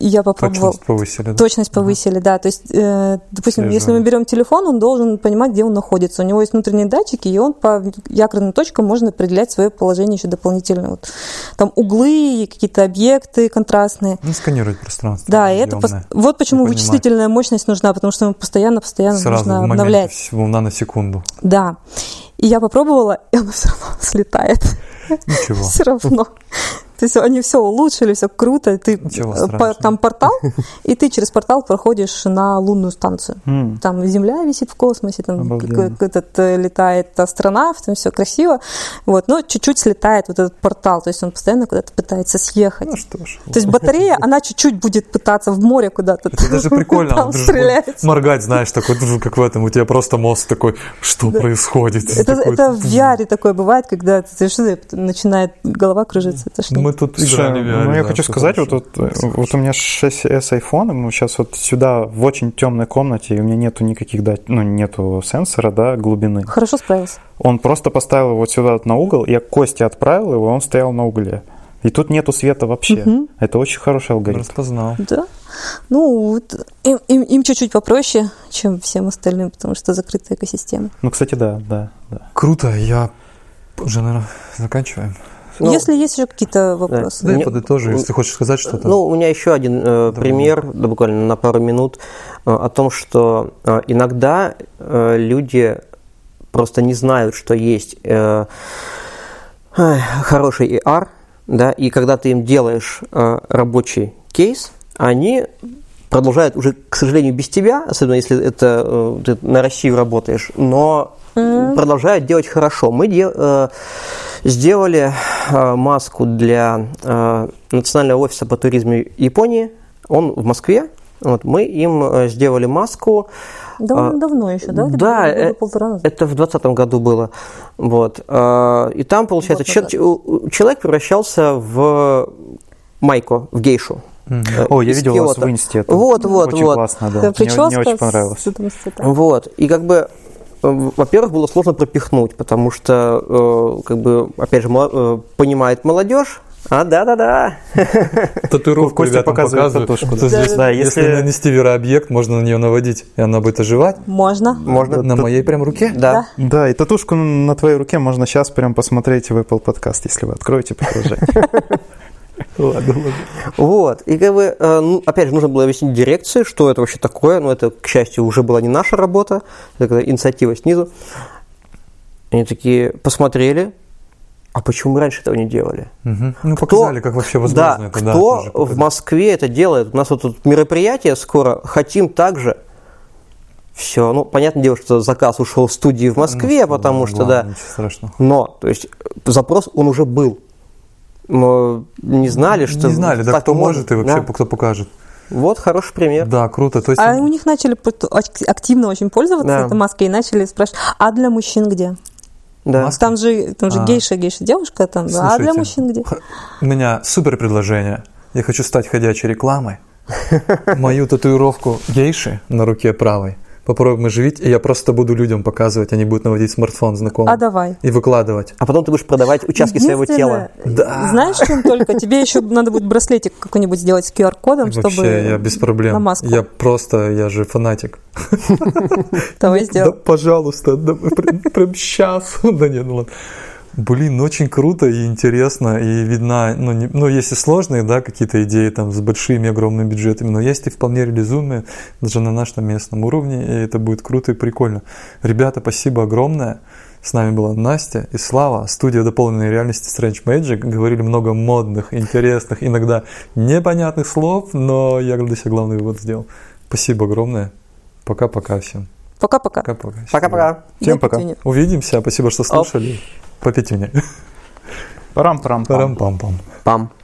B: И я попробовала.
A: Точность повысили, да?
B: Точность повысили, да. да. То есть, э, допустим, Слежим. если мы берем телефон, он должен понимать, где он находится. У него есть внутренние датчики, и он по якорным точкам может определять свое положение еще дополнительно. Вот. Там углы, какие-то объекты контрастные.
A: Ну, сканировать пространство.
B: Да, и это пос... вот почему вычислительная мощность нужна, потому что постоянно-постоянно
A: Сразу
B: нужно обновлять.
A: Всего наносекунду.
B: Да. И я попробовала, и оно все равно слетает.
A: Ничего.
B: Все равно. То есть они все улучшили, все круто. Ты э, по, там портал, и ты через портал проходишь на лунную станцию. Mm. Там земля висит в космосе, там этот, э, летает астронавт, там все красиво. Вот, но чуть-чуть слетает вот этот портал, то есть он постоянно куда-то пытается съехать.
A: Ну что ж.
B: То есть батарея, она чуть-чуть будет пытаться в море куда-то.
A: Это даже прикольно. Там стрелять. Моргать, знаешь, такой, как в этом, у тебя просто мозг такой, что происходит?
B: Это, это в VR такое бывает, когда ты начинает голова кружиться. Это что?
A: Ну, Мы тут играли
C: VR, Ну, да, я хочу сказать, вот, вот, э, вот у меня 6s iPhone, мы сейчас ну, вот сюда в очень темной комнате, и у меня нету никаких, да, ну, нету сенсора, да, глубины.
B: Хорошо справился.
C: Он просто поставил его вот сюда на угол, я кости отправил его, он стоял на угле. И тут нету света вообще. Угу. Это очень хороший алгоритм.
A: Распознал.
B: Да. Ну, вот, им, им, им чуть-чуть попроще, чем всем остальным, потому что закрытая экосистема.
C: Ну, кстати, да, да, да.
A: Круто. Я уже, наверное, заканчиваем.
B: Ну, если есть еще какие-то вопросы.
A: Да, да я подытожу, если ты хочешь сказать что-то.
D: Ну, у меня еще один э, да, пример, да, буквально на пару минут, э, о том, что э, иногда э, люди просто не знают, что есть э, хороший ER, да, и когда ты им делаешь э, рабочий кейс, они продолжают уже, к сожалению, без тебя, особенно если это э, ты на Россию работаешь, но mm-hmm. продолжают делать хорошо. Мы де, э, сделали э, маску для э, Национального офиса по туризму Японии, он в Москве, вот, мы им э, сделали маску.
B: Довольно а, давно еще, да?
D: Да, это, это в 2020 году было. Вот. э, И там, получается, вот, чел- человек превращался в майку, в гейшу.
C: Mm-hmm. О, я видел киота. вас в Инсте. Это
D: Э, вот, вот,
C: очень
D: вот.
C: классно, А, да. да
B: Э, прическа
C: мне, мне очень понравилось.
D: вот. И как бы э, во-первых, было сложно пропихнуть, потому что, э, как бы, опять же, э, понимает молодежь, а, да-да-да.
A: Татуировку
C: Костя
A: ребятам
C: показывает
A: показывают.
C: татушку,
A: Вот
C: да.
A: здесь,
C: Да,
A: если...
C: если-
A: нанести верообъект, можно на нее наводить, и она будет оживать.
B: Можно.
D: Можно.
A: На моей прям руке.
D: Да.
C: Да, и татушку на твоей руке можно сейчас прям посмотреть в Apple подкаст, если вы откроете приложение.
A: Ладно, ладно.
D: Вот. И как бы, э, ну, опять же, нужно было объяснить дирекции, что это вообще такое. Но это, к счастью, уже была не наша работа. Это когда инициатива снизу. Они такие посмотрели, а почему мы раньше этого не делали?
A: Мгм. Ну,
D: Кто-
A: показали, как вообще возможно
D: да,
A: это. да,
D: кто
A: тоже
D: в
A: показали.
D: Москве это делает? У нас вот тут мероприятие скоро, хотим также. Все, ну, понятное дело, что заказ ушел в студии в Москве, потому что,
A: Ну Ладно,
D: да,
A: Ничего страшного.
D: но, то есть, запрос, он уже был. Но не знали, что...
A: Не знали, да,
D: так
A: кто
D: можно.
A: может и вообще
D: Да.
A: кто покажет.
D: Вот хороший пример.
A: Да, круто. То есть
B: А у них начали пот- ак- активно очень пользоваться
D: Да.
B: этой маской и начали спрашивать, а для мужчин где?
D: Да.
A: Маска.
B: Там же, там же
A: А.
B: гейша, гейша девушка, там, а для
A: Слушайте,
B: мужчин где?
A: х- У меня супер предложение. Я хочу стать ходячей рекламой. Мою татуировку гейши на руке правой попробуем оживить, и я просто буду людям показывать, они будут наводить смартфон знакомым
B: А давай.
A: и выкладывать.
D: А потом ты будешь продавать участки своего тела.
B: Единственное, Знаешь, чем только? Тебе еще надо будет браслетик какой-нибудь сделать с QR-кодом, чтобы
A: Вообще, я без проблем.
B: на маску.
A: Я просто, я же фанатик.
B: того и
A: Да,
B: сделал.
A: пожалуйста, да, прям, прям сейчас. Да нет, ну ладно. Блин, очень круто и интересно, и видна, ну, не- ну, есть и сложные, да, какие-то идеи там с большими, огромными бюджетами, но есть и вполне реализуемые даже на нашем местном уровне, и это будет круто и прикольно. Ребята, спасибо огромное. С нами была Настя и Слава, студия дополненной реальности Strange Magic. Говорили много модных, интересных, иногда непонятных слов, но я для себя главный вывод сделал. Спасибо огромное. Пока-пока всем.
B: Пока-пока.
A: Пока-пока. Счастливо.
D: Пока-пока.
C: Всем
B: До
C: пока.
B: пятюни.
A: Увидимся. Спасибо, что слушали. Попейте меня.
C: Парам-парам-пам.
A: Парам-пам-пам.
D: Пам.